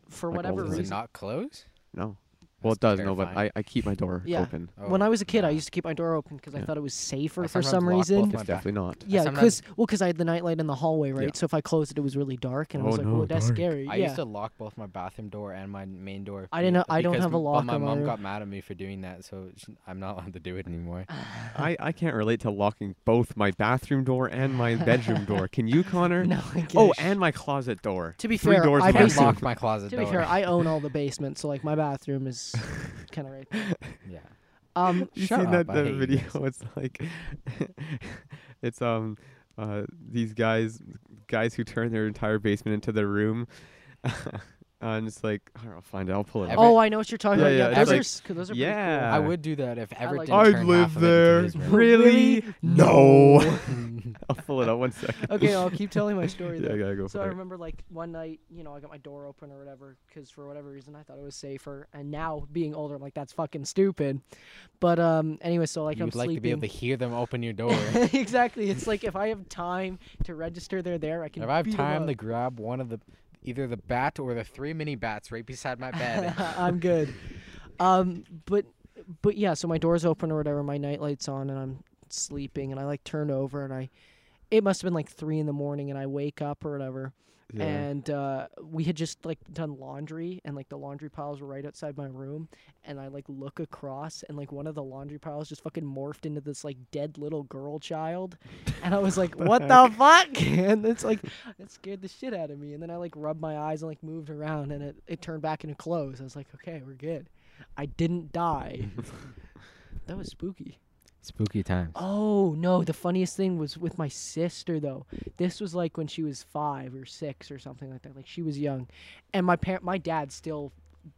[SPEAKER 3] for
[SPEAKER 2] Like, all
[SPEAKER 3] whatever
[SPEAKER 2] the
[SPEAKER 1] Does
[SPEAKER 2] time.
[SPEAKER 1] it
[SPEAKER 3] reason,
[SPEAKER 1] not close?
[SPEAKER 2] No. Well, it does.
[SPEAKER 1] That's
[SPEAKER 2] No, but I,
[SPEAKER 1] terrifying.
[SPEAKER 2] I keep my door
[SPEAKER 3] Yeah.
[SPEAKER 2] open.
[SPEAKER 3] when
[SPEAKER 1] Oh,
[SPEAKER 3] I was a kid, I
[SPEAKER 1] nah.
[SPEAKER 3] used to keep my door open because I
[SPEAKER 2] Yeah.
[SPEAKER 3] thought it was safer
[SPEAKER 1] I
[SPEAKER 3] for
[SPEAKER 1] sometimes
[SPEAKER 3] some
[SPEAKER 1] lock both
[SPEAKER 3] reason.
[SPEAKER 1] my
[SPEAKER 2] It's
[SPEAKER 1] back-
[SPEAKER 2] definitely not.
[SPEAKER 3] Yeah,
[SPEAKER 1] sometimes-
[SPEAKER 3] because well, because I had the nightlight in the hallway, right?
[SPEAKER 2] Yeah.
[SPEAKER 3] So if I closed it, it was really dark, and I
[SPEAKER 2] Oh,
[SPEAKER 3] was like,
[SPEAKER 2] no,
[SPEAKER 3] "Oh, that's
[SPEAKER 2] dark."
[SPEAKER 3] scary."
[SPEAKER 1] I
[SPEAKER 3] yeah.
[SPEAKER 1] used to lock both my bathroom door and my main door.
[SPEAKER 3] I didn't
[SPEAKER 1] be-
[SPEAKER 3] know- I don't
[SPEAKER 1] because
[SPEAKER 3] have a
[SPEAKER 1] m- but
[SPEAKER 3] lock
[SPEAKER 1] my
[SPEAKER 3] on my
[SPEAKER 1] mom
[SPEAKER 3] room.
[SPEAKER 1] got mad at me for doing that, so sh- I'm not allowed to do it anymore.
[SPEAKER 2] I, I can't relate to locking both my bathroom door and my bedroom door. Can you, Connor?
[SPEAKER 3] no, I
[SPEAKER 2] Oh,
[SPEAKER 3] guess.
[SPEAKER 2] and my closet door.
[SPEAKER 3] to be
[SPEAKER 2] Three
[SPEAKER 3] fair,
[SPEAKER 2] doors
[SPEAKER 3] I
[SPEAKER 1] I
[SPEAKER 2] in my
[SPEAKER 1] can't
[SPEAKER 3] basically,
[SPEAKER 2] room.
[SPEAKER 1] lock my closet
[SPEAKER 3] to
[SPEAKER 1] door.
[SPEAKER 3] be fair, I own all the basement, so like my bathroom is kind of right. There.
[SPEAKER 1] yeah.
[SPEAKER 3] Um,
[SPEAKER 2] you
[SPEAKER 1] Shut
[SPEAKER 2] seen that,
[SPEAKER 1] up, I
[SPEAKER 2] that
[SPEAKER 1] hate you
[SPEAKER 2] video?
[SPEAKER 1] guys.
[SPEAKER 2] It's like it's um uh these guys guys who turn their entire basement into their room. and it's like I don't know, find it, I'll pull it
[SPEAKER 1] Everett-
[SPEAKER 2] up.
[SPEAKER 3] oh, I know what you're talking
[SPEAKER 2] Yeah,
[SPEAKER 3] about.
[SPEAKER 2] yeah,
[SPEAKER 3] Yeah,
[SPEAKER 1] it's
[SPEAKER 3] those,
[SPEAKER 1] like-
[SPEAKER 3] are, s- 'cause those are pretty
[SPEAKER 2] yeah.
[SPEAKER 1] I would do that if Everett
[SPEAKER 3] like
[SPEAKER 1] didn't
[SPEAKER 3] that.
[SPEAKER 1] turn
[SPEAKER 2] I'd
[SPEAKER 1] half of
[SPEAKER 2] live
[SPEAKER 1] it
[SPEAKER 2] there.
[SPEAKER 1] into his room.
[SPEAKER 2] Really?
[SPEAKER 3] No.
[SPEAKER 2] I'll pull it up one second.
[SPEAKER 3] cool. Okay, I'll keep telling my story.
[SPEAKER 2] yeah,
[SPEAKER 3] then.
[SPEAKER 2] I gotta go
[SPEAKER 3] So I
[SPEAKER 2] for it.
[SPEAKER 3] remember like one night, you know, I got my door open or whatever because for whatever reason I thought it was safer. And now being older, I'm like, that's fucking stupid. But um, anyway, so like
[SPEAKER 1] You'd
[SPEAKER 3] I'm
[SPEAKER 1] like to be
[SPEAKER 3] sleeping.
[SPEAKER 1] able to hear them open your door. if
[SPEAKER 3] exactly. It's like if I have time to register, they're there. I can.
[SPEAKER 1] I have
[SPEAKER 3] beat 'em
[SPEAKER 1] time to
[SPEAKER 3] up.
[SPEAKER 1] grab one of the, either the bat or the three mini bats right beside my bed.
[SPEAKER 3] I'm good. Um, but but yeah, so my door's open or whatever. My nightlight's on, and I'm sleeping, and I like turn over, and I. It must have been like three in the morning, and I wake up or whatever,
[SPEAKER 2] Yeah.
[SPEAKER 3] and uh, we had just like done laundry and like the laundry piles were right outside my room and i like look across and like one of the laundry piles just fucking morphed into this like dead little girl child and i was like what the fuck and it's like it scared the shit out of me and then i like rubbed my eyes and like moved around and it, it turned back into clothes i was like okay we're good i didn't die that was spooky
[SPEAKER 1] Spooky times.
[SPEAKER 3] Oh no, the funniest thing was with my sister though. This was like when she was five or six or something like that. Like she was young, and my parent, my dad still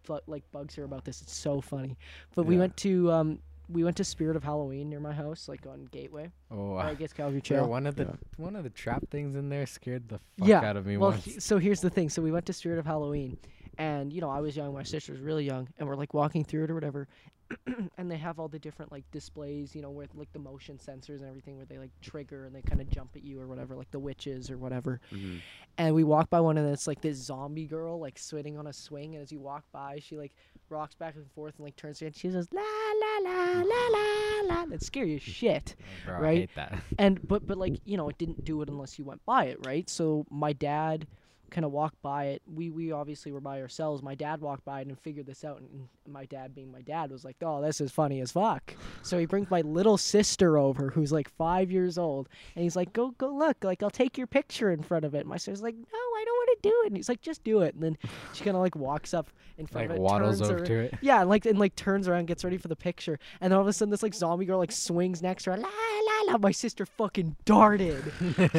[SPEAKER 3] bu- like bugs her about this. It's so funny. But we
[SPEAKER 2] Yeah.
[SPEAKER 3] went to um we went to Spirit of Halloween near my house, like on Gateway.
[SPEAKER 1] Oh,
[SPEAKER 3] Or I
[SPEAKER 1] I
[SPEAKER 3] guess Calgary
[SPEAKER 1] swear
[SPEAKER 3] Trail.
[SPEAKER 1] one of the
[SPEAKER 2] Yeah.
[SPEAKER 1] one of the trap things in there scared the fuck
[SPEAKER 3] Yeah,
[SPEAKER 1] out of me
[SPEAKER 3] Well,
[SPEAKER 1] once.
[SPEAKER 3] he- so here's the thing. So we went to Spirit of Halloween, and you know I was young, my sister was really young, and we're like walking through it or whatever, and they have all the different like displays, you know, with like the motion sensors and everything, where they like trigger and they kind of jump at you or whatever, like the witches or whatever.
[SPEAKER 2] Mhm.
[SPEAKER 3] And we walk by one, and it's like this zombie girl like sitting on a swing, and as you walk by, she like rocks back and forth and like turns around. She says la la la la la la. That scary as shit
[SPEAKER 1] Oh, bro,
[SPEAKER 3] right?
[SPEAKER 1] I hate that.
[SPEAKER 3] and but but like you know it didn't do it unless you went by it right so my dad kind of walked by it we we obviously were by ourselves my dad walked by it and figured this out and my dad being my dad was like oh this is funny as fuck so he brings my little sister over who's like five years old and he's like go go look like i'll take your picture in front of it my sister's like no I don't want to do it. And he's like, just do it. And then she kind of like walks up in front
[SPEAKER 1] Like
[SPEAKER 3] of it,
[SPEAKER 1] waddles
[SPEAKER 3] turns
[SPEAKER 1] over
[SPEAKER 3] her-
[SPEAKER 1] to it.
[SPEAKER 3] yeah, and like and like turns around, gets ready for the picture, and then all of a sudden this like zombie girl like swings next to her. La la la! My sister fucking darted.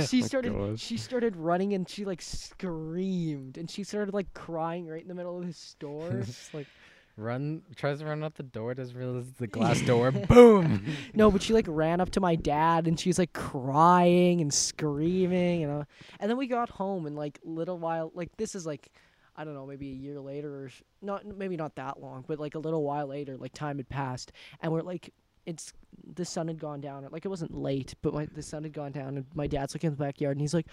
[SPEAKER 3] she started
[SPEAKER 2] God.
[SPEAKER 3] she started running and she like screamed and she started like crying right in the middle of the store. It's just like
[SPEAKER 1] Run tries to run out the door, doesn't realize it's the glass door. Boom.
[SPEAKER 3] no, but she like ran up to my dad and she's like crying and screaming and uh, and then we got home and like little while like this is like I don't know maybe a year later or s- not maybe not that long but like a little while later like time had passed and we're like it's the sun had gone down like it wasn't late but my, the sun had gone down and my dad's looking in the backyard and he's like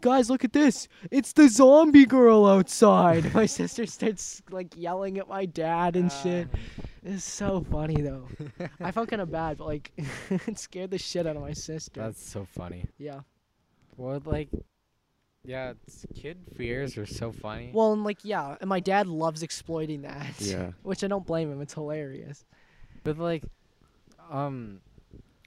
[SPEAKER 3] guys look at this it's the zombie girl outside my sister starts like yelling at my dad
[SPEAKER 1] Ah,
[SPEAKER 3] and shit it's so funny though. I felt kind of bad, but like, it scared the shit out of my sister.
[SPEAKER 1] That's so funny.
[SPEAKER 3] yeah.
[SPEAKER 1] Well, like, yeah, it's, kid fears are so funny.
[SPEAKER 3] Well, and like, yeah, and my dad loves exploiting that.
[SPEAKER 2] Yeah.
[SPEAKER 3] Which I don't blame him. It's hilarious.
[SPEAKER 1] But like, um,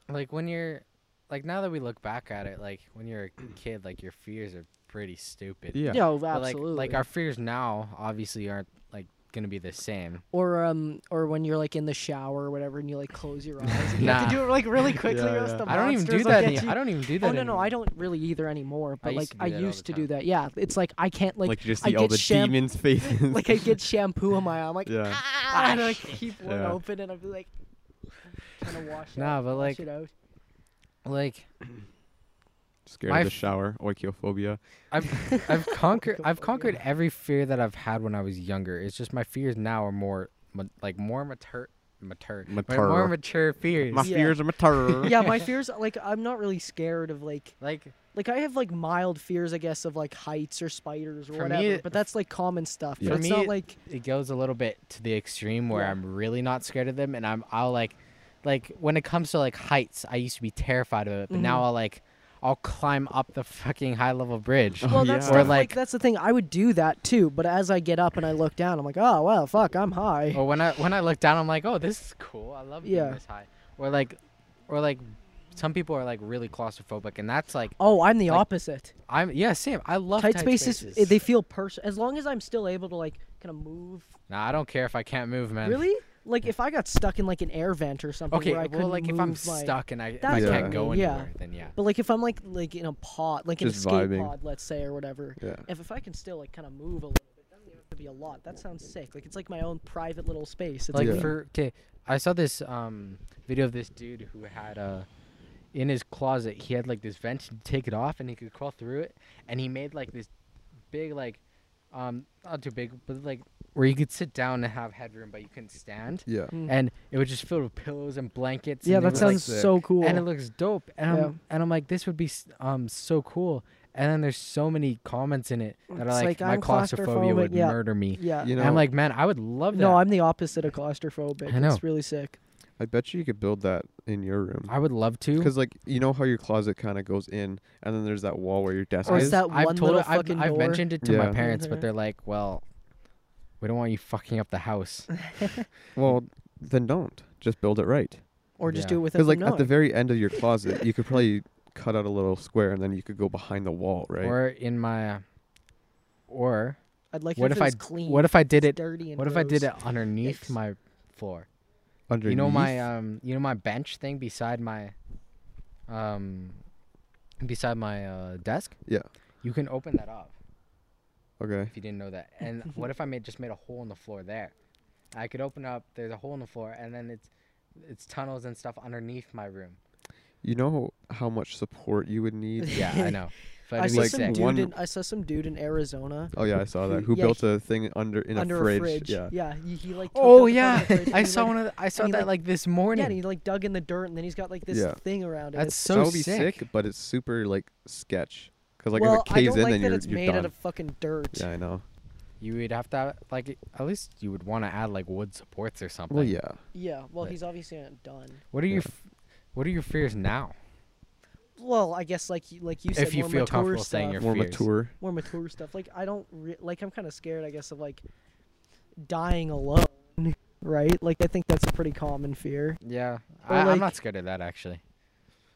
[SPEAKER 1] like when you're, like now that we look back at it, like when you're a kid, like your fears are pretty stupid.
[SPEAKER 2] Yeah.
[SPEAKER 3] No,
[SPEAKER 1] But, like,
[SPEAKER 3] absolutely.
[SPEAKER 1] like our fears now obviously aren't like gonna be the same.
[SPEAKER 3] or um, or when you're like in the shower or whatever, and you like close your eyes. And You have
[SPEAKER 1] Nah.
[SPEAKER 3] to do it like really quickly,
[SPEAKER 2] Yeah,
[SPEAKER 3] or else
[SPEAKER 2] yeah.
[SPEAKER 3] the
[SPEAKER 1] I don't even do
[SPEAKER 3] monsters will
[SPEAKER 1] that.
[SPEAKER 3] get
[SPEAKER 1] Any-
[SPEAKER 3] you.
[SPEAKER 1] I don't even do that.
[SPEAKER 3] Oh no, no,
[SPEAKER 1] anymore.
[SPEAKER 3] I don't really either anymore. But
[SPEAKER 1] I
[SPEAKER 3] like,
[SPEAKER 1] used to do
[SPEAKER 3] I
[SPEAKER 1] that all the
[SPEAKER 3] used to do
[SPEAKER 1] time.
[SPEAKER 3] that. Yeah, it's like I can't like
[SPEAKER 2] Like, you just
[SPEAKER 3] I
[SPEAKER 2] see all
[SPEAKER 3] get
[SPEAKER 2] the
[SPEAKER 3] sham-
[SPEAKER 2] demons' faces.
[SPEAKER 3] like I get shampoo in my eye. I'm like,
[SPEAKER 2] Yeah.
[SPEAKER 3] ah, and I like, keep one
[SPEAKER 2] Yeah.
[SPEAKER 3] open, and I'd be like, trying to wash it.
[SPEAKER 1] Nah,
[SPEAKER 3] out,
[SPEAKER 1] but,
[SPEAKER 3] wash
[SPEAKER 1] like,
[SPEAKER 3] it out.
[SPEAKER 1] Like
[SPEAKER 2] Scared
[SPEAKER 1] My
[SPEAKER 2] of the
[SPEAKER 1] f-
[SPEAKER 2] shower, oikophobia.
[SPEAKER 1] I've I've conquered I've
[SPEAKER 3] Oikophobia.
[SPEAKER 1] conquered every fear that I've had when I was younger. It's just my fears now are more ma- like more mature mature ma- more
[SPEAKER 2] Mature.
[SPEAKER 1] mature fears.
[SPEAKER 2] My
[SPEAKER 3] Yeah.
[SPEAKER 2] fears are my terror.
[SPEAKER 3] yeah, my fears like I'm not really scared of like
[SPEAKER 1] like
[SPEAKER 3] like I have like mild fears I guess of like heights or spiders or
[SPEAKER 1] For me,
[SPEAKER 3] whatever,
[SPEAKER 1] it-
[SPEAKER 3] but that's like common stuff.
[SPEAKER 1] Yeah.
[SPEAKER 3] But
[SPEAKER 1] For
[SPEAKER 3] it's
[SPEAKER 1] me,
[SPEAKER 3] not
[SPEAKER 1] it-
[SPEAKER 3] like
[SPEAKER 1] it goes a little bit to the extreme where
[SPEAKER 3] Yeah.
[SPEAKER 1] I'm really not scared of them and I'm I'll like like when it comes to like heights, I used to be terrified of it, but
[SPEAKER 3] Mm-hmm.
[SPEAKER 1] now I'll like I'll climb up the fucking high level bridge.
[SPEAKER 3] well that's
[SPEAKER 2] yeah.
[SPEAKER 3] stuff,
[SPEAKER 1] oh, Or,
[SPEAKER 3] like,
[SPEAKER 1] like-
[SPEAKER 3] that's the thing. I would do that too, but as I get up and I look down, I'm like, oh well, fuck, I'm high.
[SPEAKER 1] or when I when I look down, I'm like, oh, this is cool. I love being
[SPEAKER 3] Yeah.
[SPEAKER 1] this high. Or like, or like, some people are like really claustrophobic, and that's like,
[SPEAKER 3] Oh, I'm the
[SPEAKER 1] Like,
[SPEAKER 3] opposite.
[SPEAKER 1] I'm yeah, Sam. I love
[SPEAKER 3] Tight, spaces, eh, they feel pers- as long as I'm still able to like kind of move.
[SPEAKER 1] Nah, I don't care if I can't move, man.
[SPEAKER 3] Really? Like if I got stuck in like an air vent or something
[SPEAKER 1] Okay.
[SPEAKER 3] where I
[SPEAKER 1] well,
[SPEAKER 3] couldn't
[SPEAKER 1] like if I'm
[SPEAKER 3] move my-
[SPEAKER 1] stuck and I, if I
[SPEAKER 3] That's
[SPEAKER 2] what I
[SPEAKER 1] can't go
[SPEAKER 3] mean, yeah.
[SPEAKER 1] anywhere, then yeah.
[SPEAKER 3] But like if I'm like like in a pod, like in
[SPEAKER 2] Just
[SPEAKER 3] a skate
[SPEAKER 2] vibing.
[SPEAKER 3] pod, let's say or whatever.
[SPEAKER 2] Yeah.
[SPEAKER 3] If if I can still like kind of move a little bit, doesn't even have to be a lot. That sounds sick. Like it's like my own private little space. It's
[SPEAKER 1] Like
[SPEAKER 2] Yeah.
[SPEAKER 1] for okay, I saw this um video of this dude who had uh in his closet he had like this vent to take it off and he could crawl through it and he made like this big like um not too big but like where you could sit down and have headroom but you couldn't stand
[SPEAKER 2] Yeah.
[SPEAKER 3] Mm.
[SPEAKER 1] and it was just filled with pillows and blankets.
[SPEAKER 3] yeah,
[SPEAKER 1] and it
[SPEAKER 3] that
[SPEAKER 1] was, like,
[SPEAKER 3] sounds so cool.
[SPEAKER 1] and it looks dope. And
[SPEAKER 3] Yeah.
[SPEAKER 1] I'm and I'm like, this would be s- um so cool. And then there's so many comments in it that
[SPEAKER 3] It's
[SPEAKER 1] are like,
[SPEAKER 3] like,
[SPEAKER 1] my
[SPEAKER 3] I'm
[SPEAKER 1] claustrophobia would
[SPEAKER 3] claustrophobic, yeah.
[SPEAKER 1] murder me.
[SPEAKER 3] yeah.
[SPEAKER 2] You know,
[SPEAKER 1] and I'm like, man, I would love that.
[SPEAKER 3] no, I'm the opposite of claustrophobic.
[SPEAKER 1] I know.
[SPEAKER 3] It's really sick.
[SPEAKER 2] I bet you you could build that in your room.
[SPEAKER 1] I would love to.
[SPEAKER 2] Because like you know how your closet kind of goes in, and then there's that wall where your desk
[SPEAKER 3] Or
[SPEAKER 2] is.
[SPEAKER 3] it's that
[SPEAKER 1] I've
[SPEAKER 3] one
[SPEAKER 1] told
[SPEAKER 3] little
[SPEAKER 1] it, I've,
[SPEAKER 3] fucking
[SPEAKER 1] I've
[SPEAKER 3] door.
[SPEAKER 1] mentioned it to my
[SPEAKER 2] Yeah.
[SPEAKER 1] parents, but
[SPEAKER 3] Mhm.
[SPEAKER 1] they're like, well, we don't want you fucking up the house.
[SPEAKER 2] Well, then don't. Just build it right.
[SPEAKER 3] Or just
[SPEAKER 1] Yeah.
[SPEAKER 3] do it without
[SPEAKER 2] Because like
[SPEAKER 3] them
[SPEAKER 2] at the
[SPEAKER 3] knowing.
[SPEAKER 2] very end of your closet, you could probably cut out a little square, and then you could go behind the wall, right?
[SPEAKER 1] Or in my, or
[SPEAKER 3] I'd like
[SPEAKER 1] what
[SPEAKER 3] it
[SPEAKER 1] if I
[SPEAKER 3] it's clean.
[SPEAKER 1] what if I did
[SPEAKER 3] it's
[SPEAKER 1] it?
[SPEAKER 3] Dirty and
[SPEAKER 1] What if I did
[SPEAKER 3] gross.
[SPEAKER 1] it underneath
[SPEAKER 3] Yikes.
[SPEAKER 1] my floor?
[SPEAKER 2] Underneath.
[SPEAKER 1] You know my um you know my bench thing beside my um beside my uh desk?
[SPEAKER 2] Yeah.
[SPEAKER 1] You can open that up
[SPEAKER 2] okay.
[SPEAKER 3] uh,
[SPEAKER 1] if you didn't know that. And what if I made just made a hole in the floor there? I could open up, there's a hole in the floor and then it's it's tunnels and stuff underneath my room.
[SPEAKER 2] You know how much support you would need.
[SPEAKER 1] Yeah, I know. But
[SPEAKER 3] I
[SPEAKER 1] it'd
[SPEAKER 3] saw
[SPEAKER 1] be
[SPEAKER 2] like
[SPEAKER 3] some
[SPEAKER 1] sick.
[SPEAKER 3] dude
[SPEAKER 2] one-
[SPEAKER 3] in I saw some dude in Arizona
[SPEAKER 2] Oh yeah, I saw that. Who
[SPEAKER 3] Yeah,
[SPEAKER 2] built a thing under in
[SPEAKER 3] under
[SPEAKER 2] a fridge?
[SPEAKER 3] Yeah.
[SPEAKER 2] Yeah.
[SPEAKER 3] he, he like. took out
[SPEAKER 1] Oh
[SPEAKER 3] the
[SPEAKER 1] yeah.
[SPEAKER 3] front of the fridge
[SPEAKER 1] I
[SPEAKER 3] and he,
[SPEAKER 1] saw
[SPEAKER 3] like,
[SPEAKER 1] one of the, I saw
[SPEAKER 3] and he,
[SPEAKER 1] that
[SPEAKER 3] like-
[SPEAKER 1] like this
[SPEAKER 3] Yeah, and
[SPEAKER 1] morning.
[SPEAKER 3] he like dug in the dirt, and then he's got like this
[SPEAKER 2] Yeah.
[SPEAKER 3] thing around it.
[SPEAKER 1] That's
[SPEAKER 3] It's-
[SPEAKER 1] so
[SPEAKER 2] that would be
[SPEAKER 1] sick.
[SPEAKER 2] sick, but it's super like sketch. Because like
[SPEAKER 3] well,
[SPEAKER 2] if it caves
[SPEAKER 3] I don't
[SPEAKER 2] in,
[SPEAKER 3] like
[SPEAKER 2] then
[SPEAKER 3] that
[SPEAKER 2] you're
[SPEAKER 3] it's
[SPEAKER 2] you're
[SPEAKER 3] made
[SPEAKER 2] done.
[SPEAKER 3] out of fucking dirt.
[SPEAKER 2] yeah, I know.
[SPEAKER 1] You would have to have, like at least you would want to add like wood supports or something.
[SPEAKER 2] Well, yeah.
[SPEAKER 3] Yeah, well,
[SPEAKER 1] But-
[SPEAKER 3] he's obviously not done.
[SPEAKER 1] What are
[SPEAKER 2] Yeah.
[SPEAKER 1] your f- what are your fears now?
[SPEAKER 3] Well, I guess like y- like you
[SPEAKER 1] If
[SPEAKER 3] said,
[SPEAKER 1] you
[SPEAKER 3] more
[SPEAKER 1] feel
[SPEAKER 3] mature
[SPEAKER 1] comfortable
[SPEAKER 3] stuff,
[SPEAKER 1] saying you're-
[SPEAKER 2] More
[SPEAKER 1] fears.
[SPEAKER 2] mature.
[SPEAKER 3] more mature stuff. Like I don't re- like I'm kind of scared, I guess, of like dying alone, right? Like I think that's a pretty common fear.
[SPEAKER 1] Yeah.
[SPEAKER 3] Or,
[SPEAKER 1] I,
[SPEAKER 3] like-
[SPEAKER 1] I'm not scared of that actually.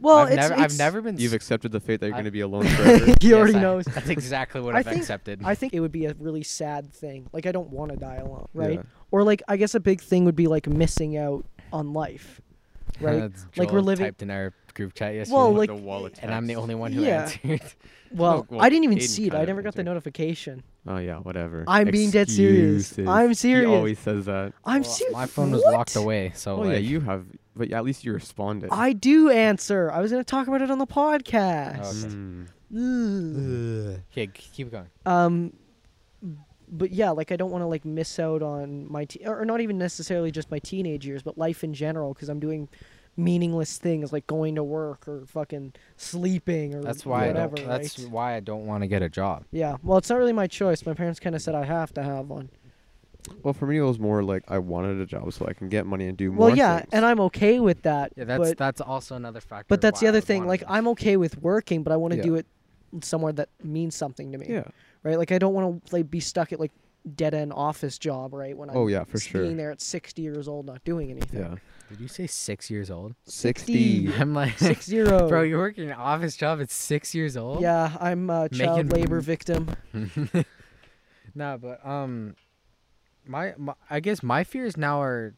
[SPEAKER 3] Well,
[SPEAKER 1] I've,
[SPEAKER 3] it's,
[SPEAKER 1] never,
[SPEAKER 3] it's-
[SPEAKER 1] I've never been.
[SPEAKER 2] You've
[SPEAKER 1] s-
[SPEAKER 2] accepted the fate that you're
[SPEAKER 1] I-
[SPEAKER 2] going to be alone forever.
[SPEAKER 3] he
[SPEAKER 1] Yes,
[SPEAKER 3] already
[SPEAKER 1] I-
[SPEAKER 3] knows.
[SPEAKER 1] That's exactly what
[SPEAKER 3] I
[SPEAKER 1] I've
[SPEAKER 3] think-
[SPEAKER 1] accepted.
[SPEAKER 3] I think it would be a really sad thing. Like I don't want to die alone, right?
[SPEAKER 2] Yeah.
[SPEAKER 3] Or like I guess a big thing would be like missing out on life, right?
[SPEAKER 1] That's
[SPEAKER 3] Like,
[SPEAKER 1] Joel
[SPEAKER 3] we're living-
[SPEAKER 1] typed in our group chat yesterday.
[SPEAKER 3] Well,
[SPEAKER 2] With
[SPEAKER 3] like-
[SPEAKER 2] the wall of
[SPEAKER 1] and I'm the
[SPEAKER 2] text.
[SPEAKER 1] only one who
[SPEAKER 3] Yeah.
[SPEAKER 1] answered.
[SPEAKER 3] well,
[SPEAKER 2] well,
[SPEAKER 3] I didn't even
[SPEAKER 2] Aiden
[SPEAKER 3] see it.
[SPEAKER 2] kind
[SPEAKER 3] I
[SPEAKER 2] of
[SPEAKER 3] never got the
[SPEAKER 2] answered.
[SPEAKER 3] notification.
[SPEAKER 2] Oh yeah, whatever.
[SPEAKER 3] I'm being dead serious.
[SPEAKER 2] Excuses.
[SPEAKER 3] I'm serious.
[SPEAKER 2] He always says that.
[SPEAKER 3] I'm
[SPEAKER 1] Well,
[SPEAKER 3] serious.
[SPEAKER 1] My phone was
[SPEAKER 3] what?
[SPEAKER 1] locked away, so
[SPEAKER 2] Oh
[SPEAKER 1] like,
[SPEAKER 2] yeah, you have. But yeah, at least you responded.
[SPEAKER 3] I do answer. I was going to talk about it on the podcast.
[SPEAKER 1] Oh, Okay.
[SPEAKER 2] Mm.
[SPEAKER 3] Ugh.
[SPEAKER 1] Okay, k- keep going.
[SPEAKER 3] Um, but yeah, like I don't want to like miss out on my te- or or not even necessarily just my teenage years, but life in general because I'm doing meaningless things like going to work or fucking sleeping or
[SPEAKER 1] That's why.
[SPEAKER 3] whatever.
[SPEAKER 1] I don't, that's
[SPEAKER 3] right?
[SPEAKER 1] why I don't want to get a job.
[SPEAKER 3] yeah. Well, it's not really my choice. My parents kind of said I have to have one.
[SPEAKER 2] Well, for me, it was more like I wanted a job so I can get money and do more.
[SPEAKER 3] Well, yeah,
[SPEAKER 2] things.
[SPEAKER 3] and I'm okay with that.
[SPEAKER 1] Yeah, that's
[SPEAKER 3] but,
[SPEAKER 1] that's also another factor.
[SPEAKER 3] but that's the
[SPEAKER 1] why I
[SPEAKER 3] other
[SPEAKER 1] would
[SPEAKER 3] thing.
[SPEAKER 1] wanna
[SPEAKER 3] Like
[SPEAKER 1] do this.
[SPEAKER 3] I'm okay with working, but I want to
[SPEAKER 2] Yeah.
[SPEAKER 3] do it somewhere that means something to me.
[SPEAKER 2] yeah.
[SPEAKER 3] Right? Like I don't want to like be stuck at like dead end office job. Right? When I'm
[SPEAKER 2] Oh yeah, for sure.
[SPEAKER 3] being there at 60 years old not doing anything.
[SPEAKER 2] Yeah.
[SPEAKER 1] Did you say six years old?
[SPEAKER 2] Sixty.
[SPEAKER 1] I'm like,
[SPEAKER 3] Six zero.
[SPEAKER 1] bro, you're working an office job at six years old.
[SPEAKER 3] yeah, I'm a child
[SPEAKER 1] Making-
[SPEAKER 3] labor victim.
[SPEAKER 1] Nah, but um, my, my I guess my fears now are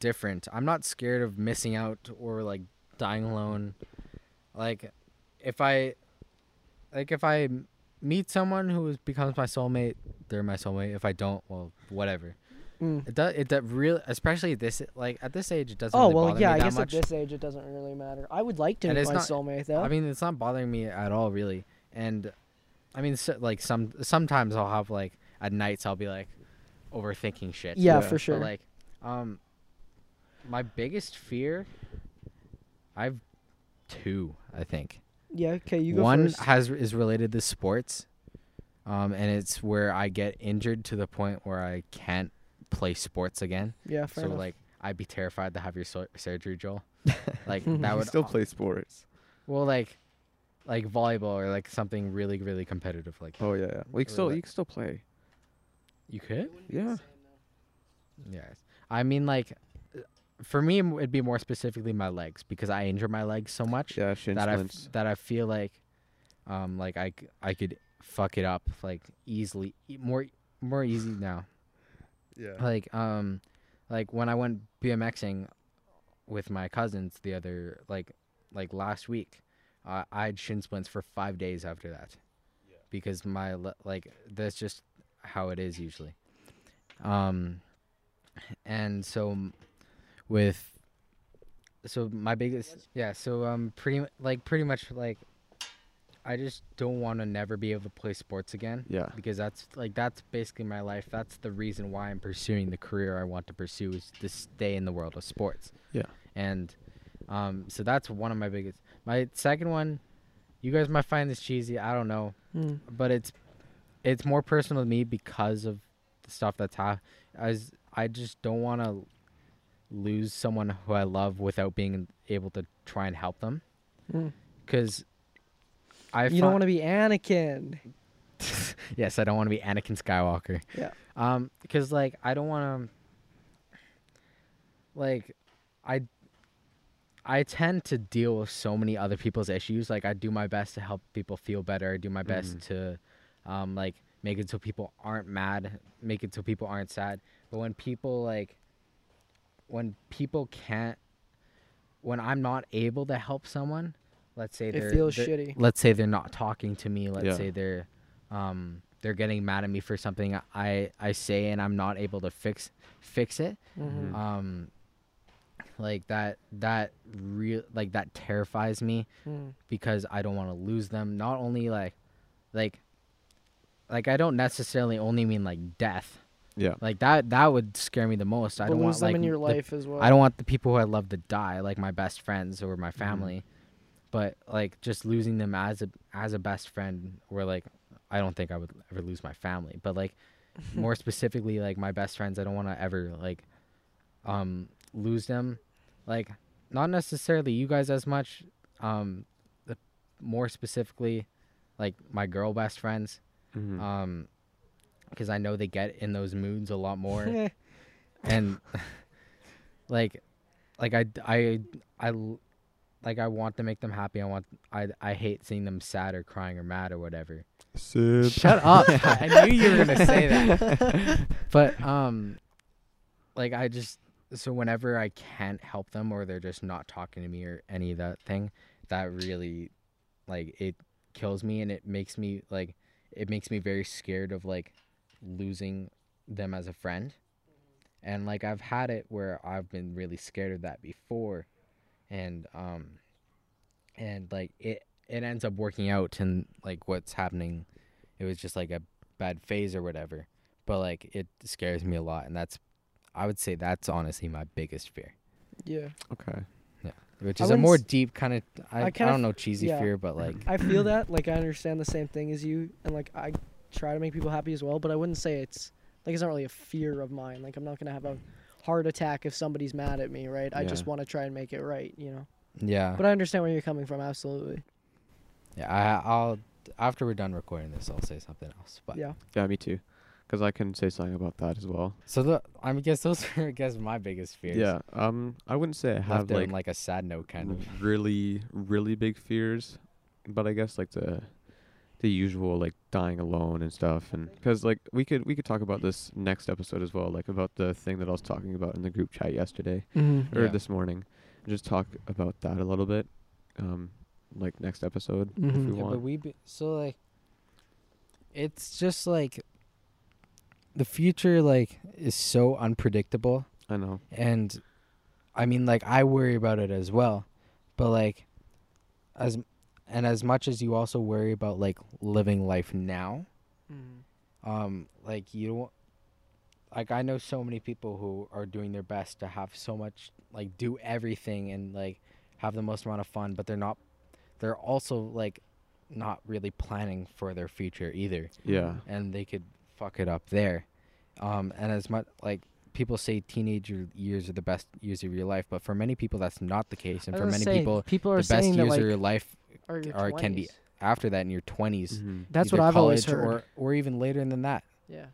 [SPEAKER 1] different. I'm not scared of missing out or like dying alone. Like, if I, like if I m- meet someone who is, becomes my soulmate, they're my soulmate. If I don't, well, whatever.
[SPEAKER 3] Mm.
[SPEAKER 1] It does. It does really, especially at this like at this age, it doesn't.
[SPEAKER 3] Oh
[SPEAKER 1] really
[SPEAKER 3] well,
[SPEAKER 1] bother
[SPEAKER 3] yeah.
[SPEAKER 1] me
[SPEAKER 3] I
[SPEAKER 1] that
[SPEAKER 3] guess
[SPEAKER 1] much.
[SPEAKER 3] at this age it doesn't really matter. I would like to
[SPEAKER 1] And
[SPEAKER 3] meet
[SPEAKER 1] it's
[SPEAKER 3] my
[SPEAKER 1] not-
[SPEAKER 3] soulmate though.
[SPEAKER 1] I mean, it's not bothering me at all, really. And I mean, so, like some sometimes I'll have like at nights I'll be like overthinking shit.
[SPEAKER 3] yeah,
[SPEAKER 2] yeah,
[SPEAKER 3] for
[SPEAKER 2] but,
[SPEAKER 1] But
[SPEAKER 3] sure.
[SPEAKER 1] like, um, my biggest fear, I've two, I think.
[SPEAKER 3] yeah. Okay, you go
[SPEAKER 1] One
[SPEAKER 3] first.
[SPEAKER 1] has is related to sports, um, and it's where I get injured to the point where I can't play sports again.
[SPEAKER 3] Yeah, fair
[SPEAKER 1] so
[SPEAKER 3] enough.
[SPEAKER 1] like, I'd be terrified to have your sur- surgery, Joel. Like that
[SPEAKER 2] I
[SPEAKER 1] would
[SPEAKER 2] would still play sports.
[SPEAKER 1] well, like, like volleyball or like something really, really competitive. Like
[SPEAKER 2] Oh yeah. yeah. Well, you can still
[SPEAKER 1] Really?
[SPEAKER 2] you can still play.
[SPEAKER 1] you could.
[SPEAKER 2] Yeah.
[SPEAKER 1] Yes. I mean, like, uh, for me, m- it'd be more specifically my legs because I injure my legs so much
[SPEAKER 2] Yeah. Shin
[SPEAKER 1] that I f-
[SPEAKER 2] splints.
[SPEAKER 1] that I feel like, um, like I c- I could fuck it up like easily, e- more more easy now.
[SPEAKER 2] Yeah.
[SPEAKER 1] like um like when i went bmxing with my cousins the other like like last week uh, i had shin splints for five days after that because my le- like that's just how it is usually um and so m- with so my biggest yeah so um pretty mu- like pretty much like i just don't want to never be able to play sports again
[SPEAKER 2] Yeah.
[SPEAKER 1] because that's like that's basically my life. That's the reason why I'm pursuing the career I want to pursue is to stay in the world of sports.
[SPEAKER 2] Yeah.
[SPEAKER 1] And um, so that's one of my biggest. My second one, you guys might find this cheesy. I don't know,
[SPEAKER 2] Hmm.
[SPEAKER 3] Mm.
[SPEAKER 1] but it's it's more personal to me because of the stuff that's happened. As I just don't want to lose someone who I love without being able to try and help them,
[SPEAKER 3] Mm.
[SPEAKER 1] because. I
[SPEAKER 3] You
[SPEAKER 1] fi-
[SPEAKER 3] don't want to be Anakin.
[SPEAKER 1] yes, I don't want to be Anakin Skywalker.
[SPEAKER 3] Yeah.
[SPEAKER 1] Um, because like I don't want to. Like, I. I tend to deal with so many other people's issues. Like I do my best to help people feel better. I do my best
[SPEAKER 3] Mm-hmm.
[SPEAKER 1] to, um, like make it so people aren't mad. Make it so people aren't sad. But when people like. When people can't. When I'm not able to help someone, let's say they're
[SPEAKER 3] It feels
[SPEAKER 1] they're-
[SPEAKER 3] shitty.
[SPEAKER 1] let's say they're not talking to me let's
[SPEAKER 2] Yeah.
[SPEAKER 1] say they're um they're getting mad at me for something i i say and i'm not able to fix fix it
[SPEAKER 3] Mhm.
[SPEAKER 1] um like that that real like that terrifies me
[SPEAKER 3] Mm.
[SPEAKER 1] because i don't want to lose them not only like like like i don't necessarily only mean like death
[SPEAKER 2] Yeah.
[SPEAKER 1] like that that would scare me the most i
[SPEAKER 3] But
[SPEAKER 1] don't
[SPEAKER 3] lose
[SPEAKER 1] want
[SPEAKER 3] them
[SPEAKER 1] like
[SPEAKER 3] in your
[SPEAKER 1] the
[SPEAKER 3] life as well.
[SPEAKER 1] I don't want the people who I love to die, like my best friends or my family, but like just losing them as a as a best friend, or like I don't think I would ever lose my family, but like more specifically, like my best friends, I don't want to ever like um lose them, like not necessarily you guys as much, um, the, more specifically, like my girl best friends,
[SPEAKER 2] Mhm.
[SPEAKER 3] Uh,
[SPEAKER 1] um, because I know they get in those moods a lot more
[SPEAKER 3] Eh,
[SPEAKER 1] and like like I, d- I- I l- like I want to make them happy. I want I I hate seeing them sad or crying or mad or whatever.
[SPEAKER 2] Sid.
[SPEAKER 1] Shut up. I knew you were gonna say that. But um like I just so whenever I can't help them or they're just not talking to me or any of that thing, that really like it kills me and it makes me like it makes me very scared of like losing them as a friend. And like I've had it where I've been really scared of that before and um and like it it ends up working out and like what's happening it was just like a bad phase or whatever but like it scares me a lot and that's i would say that's honestly my biggest fear
[SPEAKER 3] Yeah.
[SPEAKER 2] Okay.
[SPEAKER 1] which
[SPEAKER 3] I
[SPEAKER 1] is a more
[SPEAKER 3] wouldn't s-
[SPEAKER 1] deep kind of I,
[SPEAKER 3] I
[SPEAKER 1] I,
[SPEAKER 3] kinda
[SPEAKER 1] don't
[SPEAKER 3] f-
[SPEAKER 1] know cheesy
[SPEAKER 3] yeah.
[SPEAKER 1] fear but like
[SPEAKER 3] I feel that. Like I understand the same thing as you, and like I try to make people happy as well. But I wouldn't say it's like it's not really a fear of mine. Like I'm not gonna have a heart attack if somebody's mad at me, right? I just
[SPEAKER 2] Yeah.
[SPEAKER 3] want to try and make it right, you know.
[SPEAKER 1] yeah
[SPEAKER 3] But I understand where you're coming from. Absolutely.
[SPEAKER 1] yeah I, i'll after we're done recording this i'll say something else but
[SPEAKER 3] Yeah.
[SPEAKER 2] Yeah, me too. Because I can say something about that as well.
[SPEAKER 1] so the i mean, guess those are i guess my biggest fears
[SPEAKER 2] Yeah. Um, I wouldn't say I
[SPEAKER 1] left
[SPEAKER 2] have
[SPEAKER 1] it on,
[SPEAKER 2] like,
[SPEAKER 1] like a sad note kind of
[SPEAKER 3] Mm.
[SPEAKER 2] really, really big fears, but I guess like the the usual like dying alone and stuff, and because like we could we could talk about this next episode as well, like about the thing that I was talking about in the group chat yesterday.
[SPEAKER 3] Mm-hmm.
[SPEAKER 2] or
[SPEAKER 1] Yeah.
[SPEAKER 2] this morning. Just talk about that a little bit, um, like next episode if
[SPEAKER 3] Mhm.
[SPEAKER 2] we
[SPEAKER 1] Yeah,
[SPEAKER 2] want.
[SPEAKER 1] but we be, so like it's just like the future like is so unpredictable
[SPEAKER 2] I know.
[SPEAKER 1] and I mean like I worry about it as well but like as and as much as you also worry about like living life now um like you don't like I know so many people who are doing their best to have so much like do everything and like have the most amount of fun but they're not they're also like not really planning for their future either
[SPEAKER 2] Yeah.
[SPEAKER 1] and they could fuck it up there um and as much like people say teenager years are the best years of your life but for many people that's not the case and for many people
[SPEAKER 3] people
[SPEAKER 1] the
[SPEAKER 3] are
[SPEAKER 1] best
[SPEAKER 3] saying
[SPEAKER 1] years
[SPEAKER 3] that like
[SPEAKER 1] of your life
[SPEAKER 3] are your
[SPEAKER 1] are- can be-
[SPEAKER 3] 20s.
[SPEAKER 1] after that in your 20s
[SPEAKER 2] Mhm.
[SPEAKER 3] Mm-hmm. That's
[SPEAKER 1] either
[SPEAKER 3] what I've always
[SPEAKER 1] college
[SPEAKER 3] heard.
[SPEAKER 1] or, or even later than that
[SPEAKER 3] Yeah.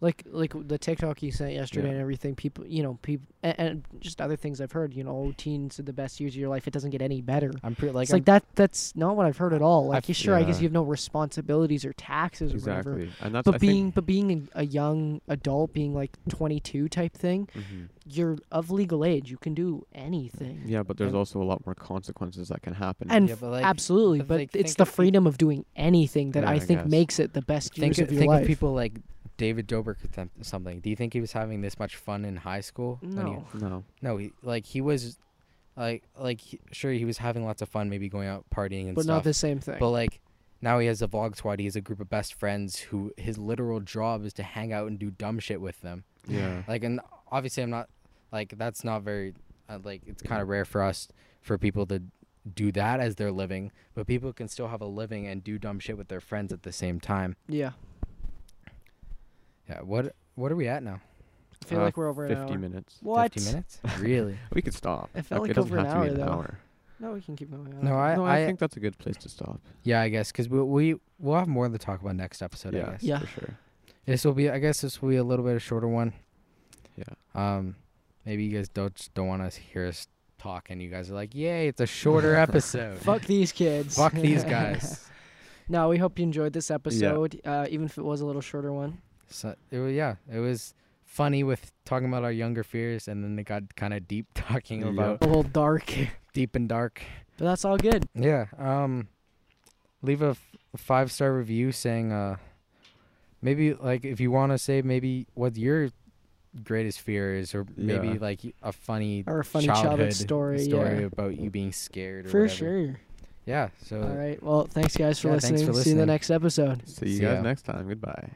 [SPEAKER 3] Like like the TikTok you sent yesterday
[SPEAKER 2] Yeah.
[SPEAKER 3] and everything, people you know people and, and just other things I've heard. You know, teens are the best years of your life. It doesn't get any better.
[SPEAKER 1] i'm pretty like
[SPEAKER 3] it's
[SPEAKER 1] I'm
[SPEAKER 3] like that. That's not what I've heard at all. Like,
[SPEAKER 1] I've-
[SPEAKER 3] sure, I guess
[SPEAKER 2] yeah.
[SPEAKER 3] you have no responsibilities or taxes or whatever.
[SPEAKER 2] Exactly. And that's
[SPEAKER 3] But
[SPEAKER 2] I
[SPEAKER 3] being but being a, a young adult, being like 22 type thing,
[SPEAKER 2] Think, Mhm.
[SPEAKER 3] you're of legal age. You can do anything.
[SPEAKER 2] Yeah, but there's
[SPEAKER 1] And-
[SPEAKER 2] also a lot more consequences that can happen.
[SPEAKER 3] And
[SPEAKER 1] Yeah,
[SPEAKER 3] f-
[SPEAKER 1] but, like,
[SPEAKER 3] absolutely,
[SPEAKER 1] but,
[SPEAKER 3] but
[SPEAKER 1] like,
[SPEAKER 3] it's
[SPEAKER 1] think
[SPEAKER 3] the
[SPEAKER 1] of peop-
[SPEAKER 3] freedom of doing anything that
[SPEAKER 2] Yeah,
[SPEAKER 3] I
[SPEAKER 2] I
[SPEAKER 3] think
[SPEAKER 2] guess.
[SPEAKER 3] makes it the best
[SPEAKER 1] think
[SPEAKER 3] years
[SPEAKER 1] of,
[SPEAKER 3] of your
[SPEAKER 1] think
[SPEAKER 3] life.
[SPEAKER 1] of people like David Dobrik or them- something. Do you think he was having this much fun in high school? when he-
[SPEAKER 3] no,
[SPEAKER 2] no.
[SPEAKER 1] no, he, like he was, like like he- sure he was having lots of fun, maybe going out partying and
[SPEAKER 3] but
[SPEAKER 1] stuff.
[SPEAKER 3] not the same thing.
[SPEAKER 1] But like now he has a vlog squad. He has a group of best friends who his literal job is to hang out and do dumb shit with them.
[SPEAKER 2] Yeah.
[SPEAKER 1] Like and obviously I'm not like that's not very uh, like it's kind of rare for us for people to do that as their living, but people can still have a living and do dumb shit with their friends at the same time.
[SPEAKER 3] yeah,
[SPEAKER 1] Yeah. What what are we at now?
[SPEAKER 3] I feel
[SPEAKER 2] Uh,
[SPEAKER 3] like we're over an
[SPEAKER 2] Fifty
[SPEAKER 3] hour.
[SPEAKER 2] minutes.
[SPEAKER 3] What?
[SPEAKER 1] 50 minutes? Really?
[SPEAKER 2] We could stop.
[SPEAKER 3] It felt like
[SPEAKER 2] doesn't
[SPEAKER 3] over an
[SPEAKER 2] have to be
[SPEAKER 3] hour,
[SPEAKER 2] an
[SPEAKER 3] though.
[SPEAKER 2] hour.
[SPEAKER 3] No, we can keep going.
[SPEAKER 1] No, I,
[SPEAKER 2] no,
[SPEAKER 1] I,
[SPEAKER 2] I, think that's a good place to stop.
[SPEAKER 1] yeah, I guess because we we we'll have more to talk about next episode.
[SPEAKER 2] yeah,
[SPEAKER 1] I guess.
[SPEAKER 3] Yeah.
[SPEAKER 2] for sure.
[SPEAKER 1] This will be, I guess, this will be a little bit of shorter one.
[SPEAKER 2] Yeah.
[SPEAKER 1] Um, maybe you guys don't just don't want to hear us talk, and you guys are like, "Yay, it's a shorter episode."
[SPEAKER 3] Fuck these kids.
[SPEAKER 1] Fuck these guys.
[SPEAKER 3] no, we hope you enjoyed this episode, uh, even if it was a little shorter one.
[SPEAKER 1] So it was, yeah, it was funny with talking about our younger fears, and then it got kind of deep talking
[SPEAKER 2] Yeah.
[SPEAKER 1] about
[SPEAKER 3] A little dark,
[SPEAKER 1] deep and dark.
[SPEAKER 3] but that's all good.
[SPEAKER 1] Yeah. Um, leave a f- five star review saying, uh, maybe like if you want to say maybe what your greatest fear is, or maybe
[SPEAKER 2] Yeah.
[SPEAKER 1] like a funny
[SPEAKER 3] Or a funny childhood story, yeah.
[SPEAKER 1] about you being scared. Or
[SPEAKER 3] For
[SPEAKER 1] whatever.
[SPEAKER 3] sure.
[SPEAKER 1] Yeah. So
[SPEAKER 3] All right. Well, thanks, guys, for
[SPEAKER 1] Yeah, thanks
[SPEAKER 3] listening.
[SPEAKER 1] for
[SPEAKER 3] See you in the
[SPEAKER 1] listening.
[SPEAKER 3] next episode.
[SPEAKER 2] See you
[SPEAKER 1] See
[SPEAKER 2] guys
[SPEAKER 1] ya.
[SPEAKER 2] next time. Goodbye.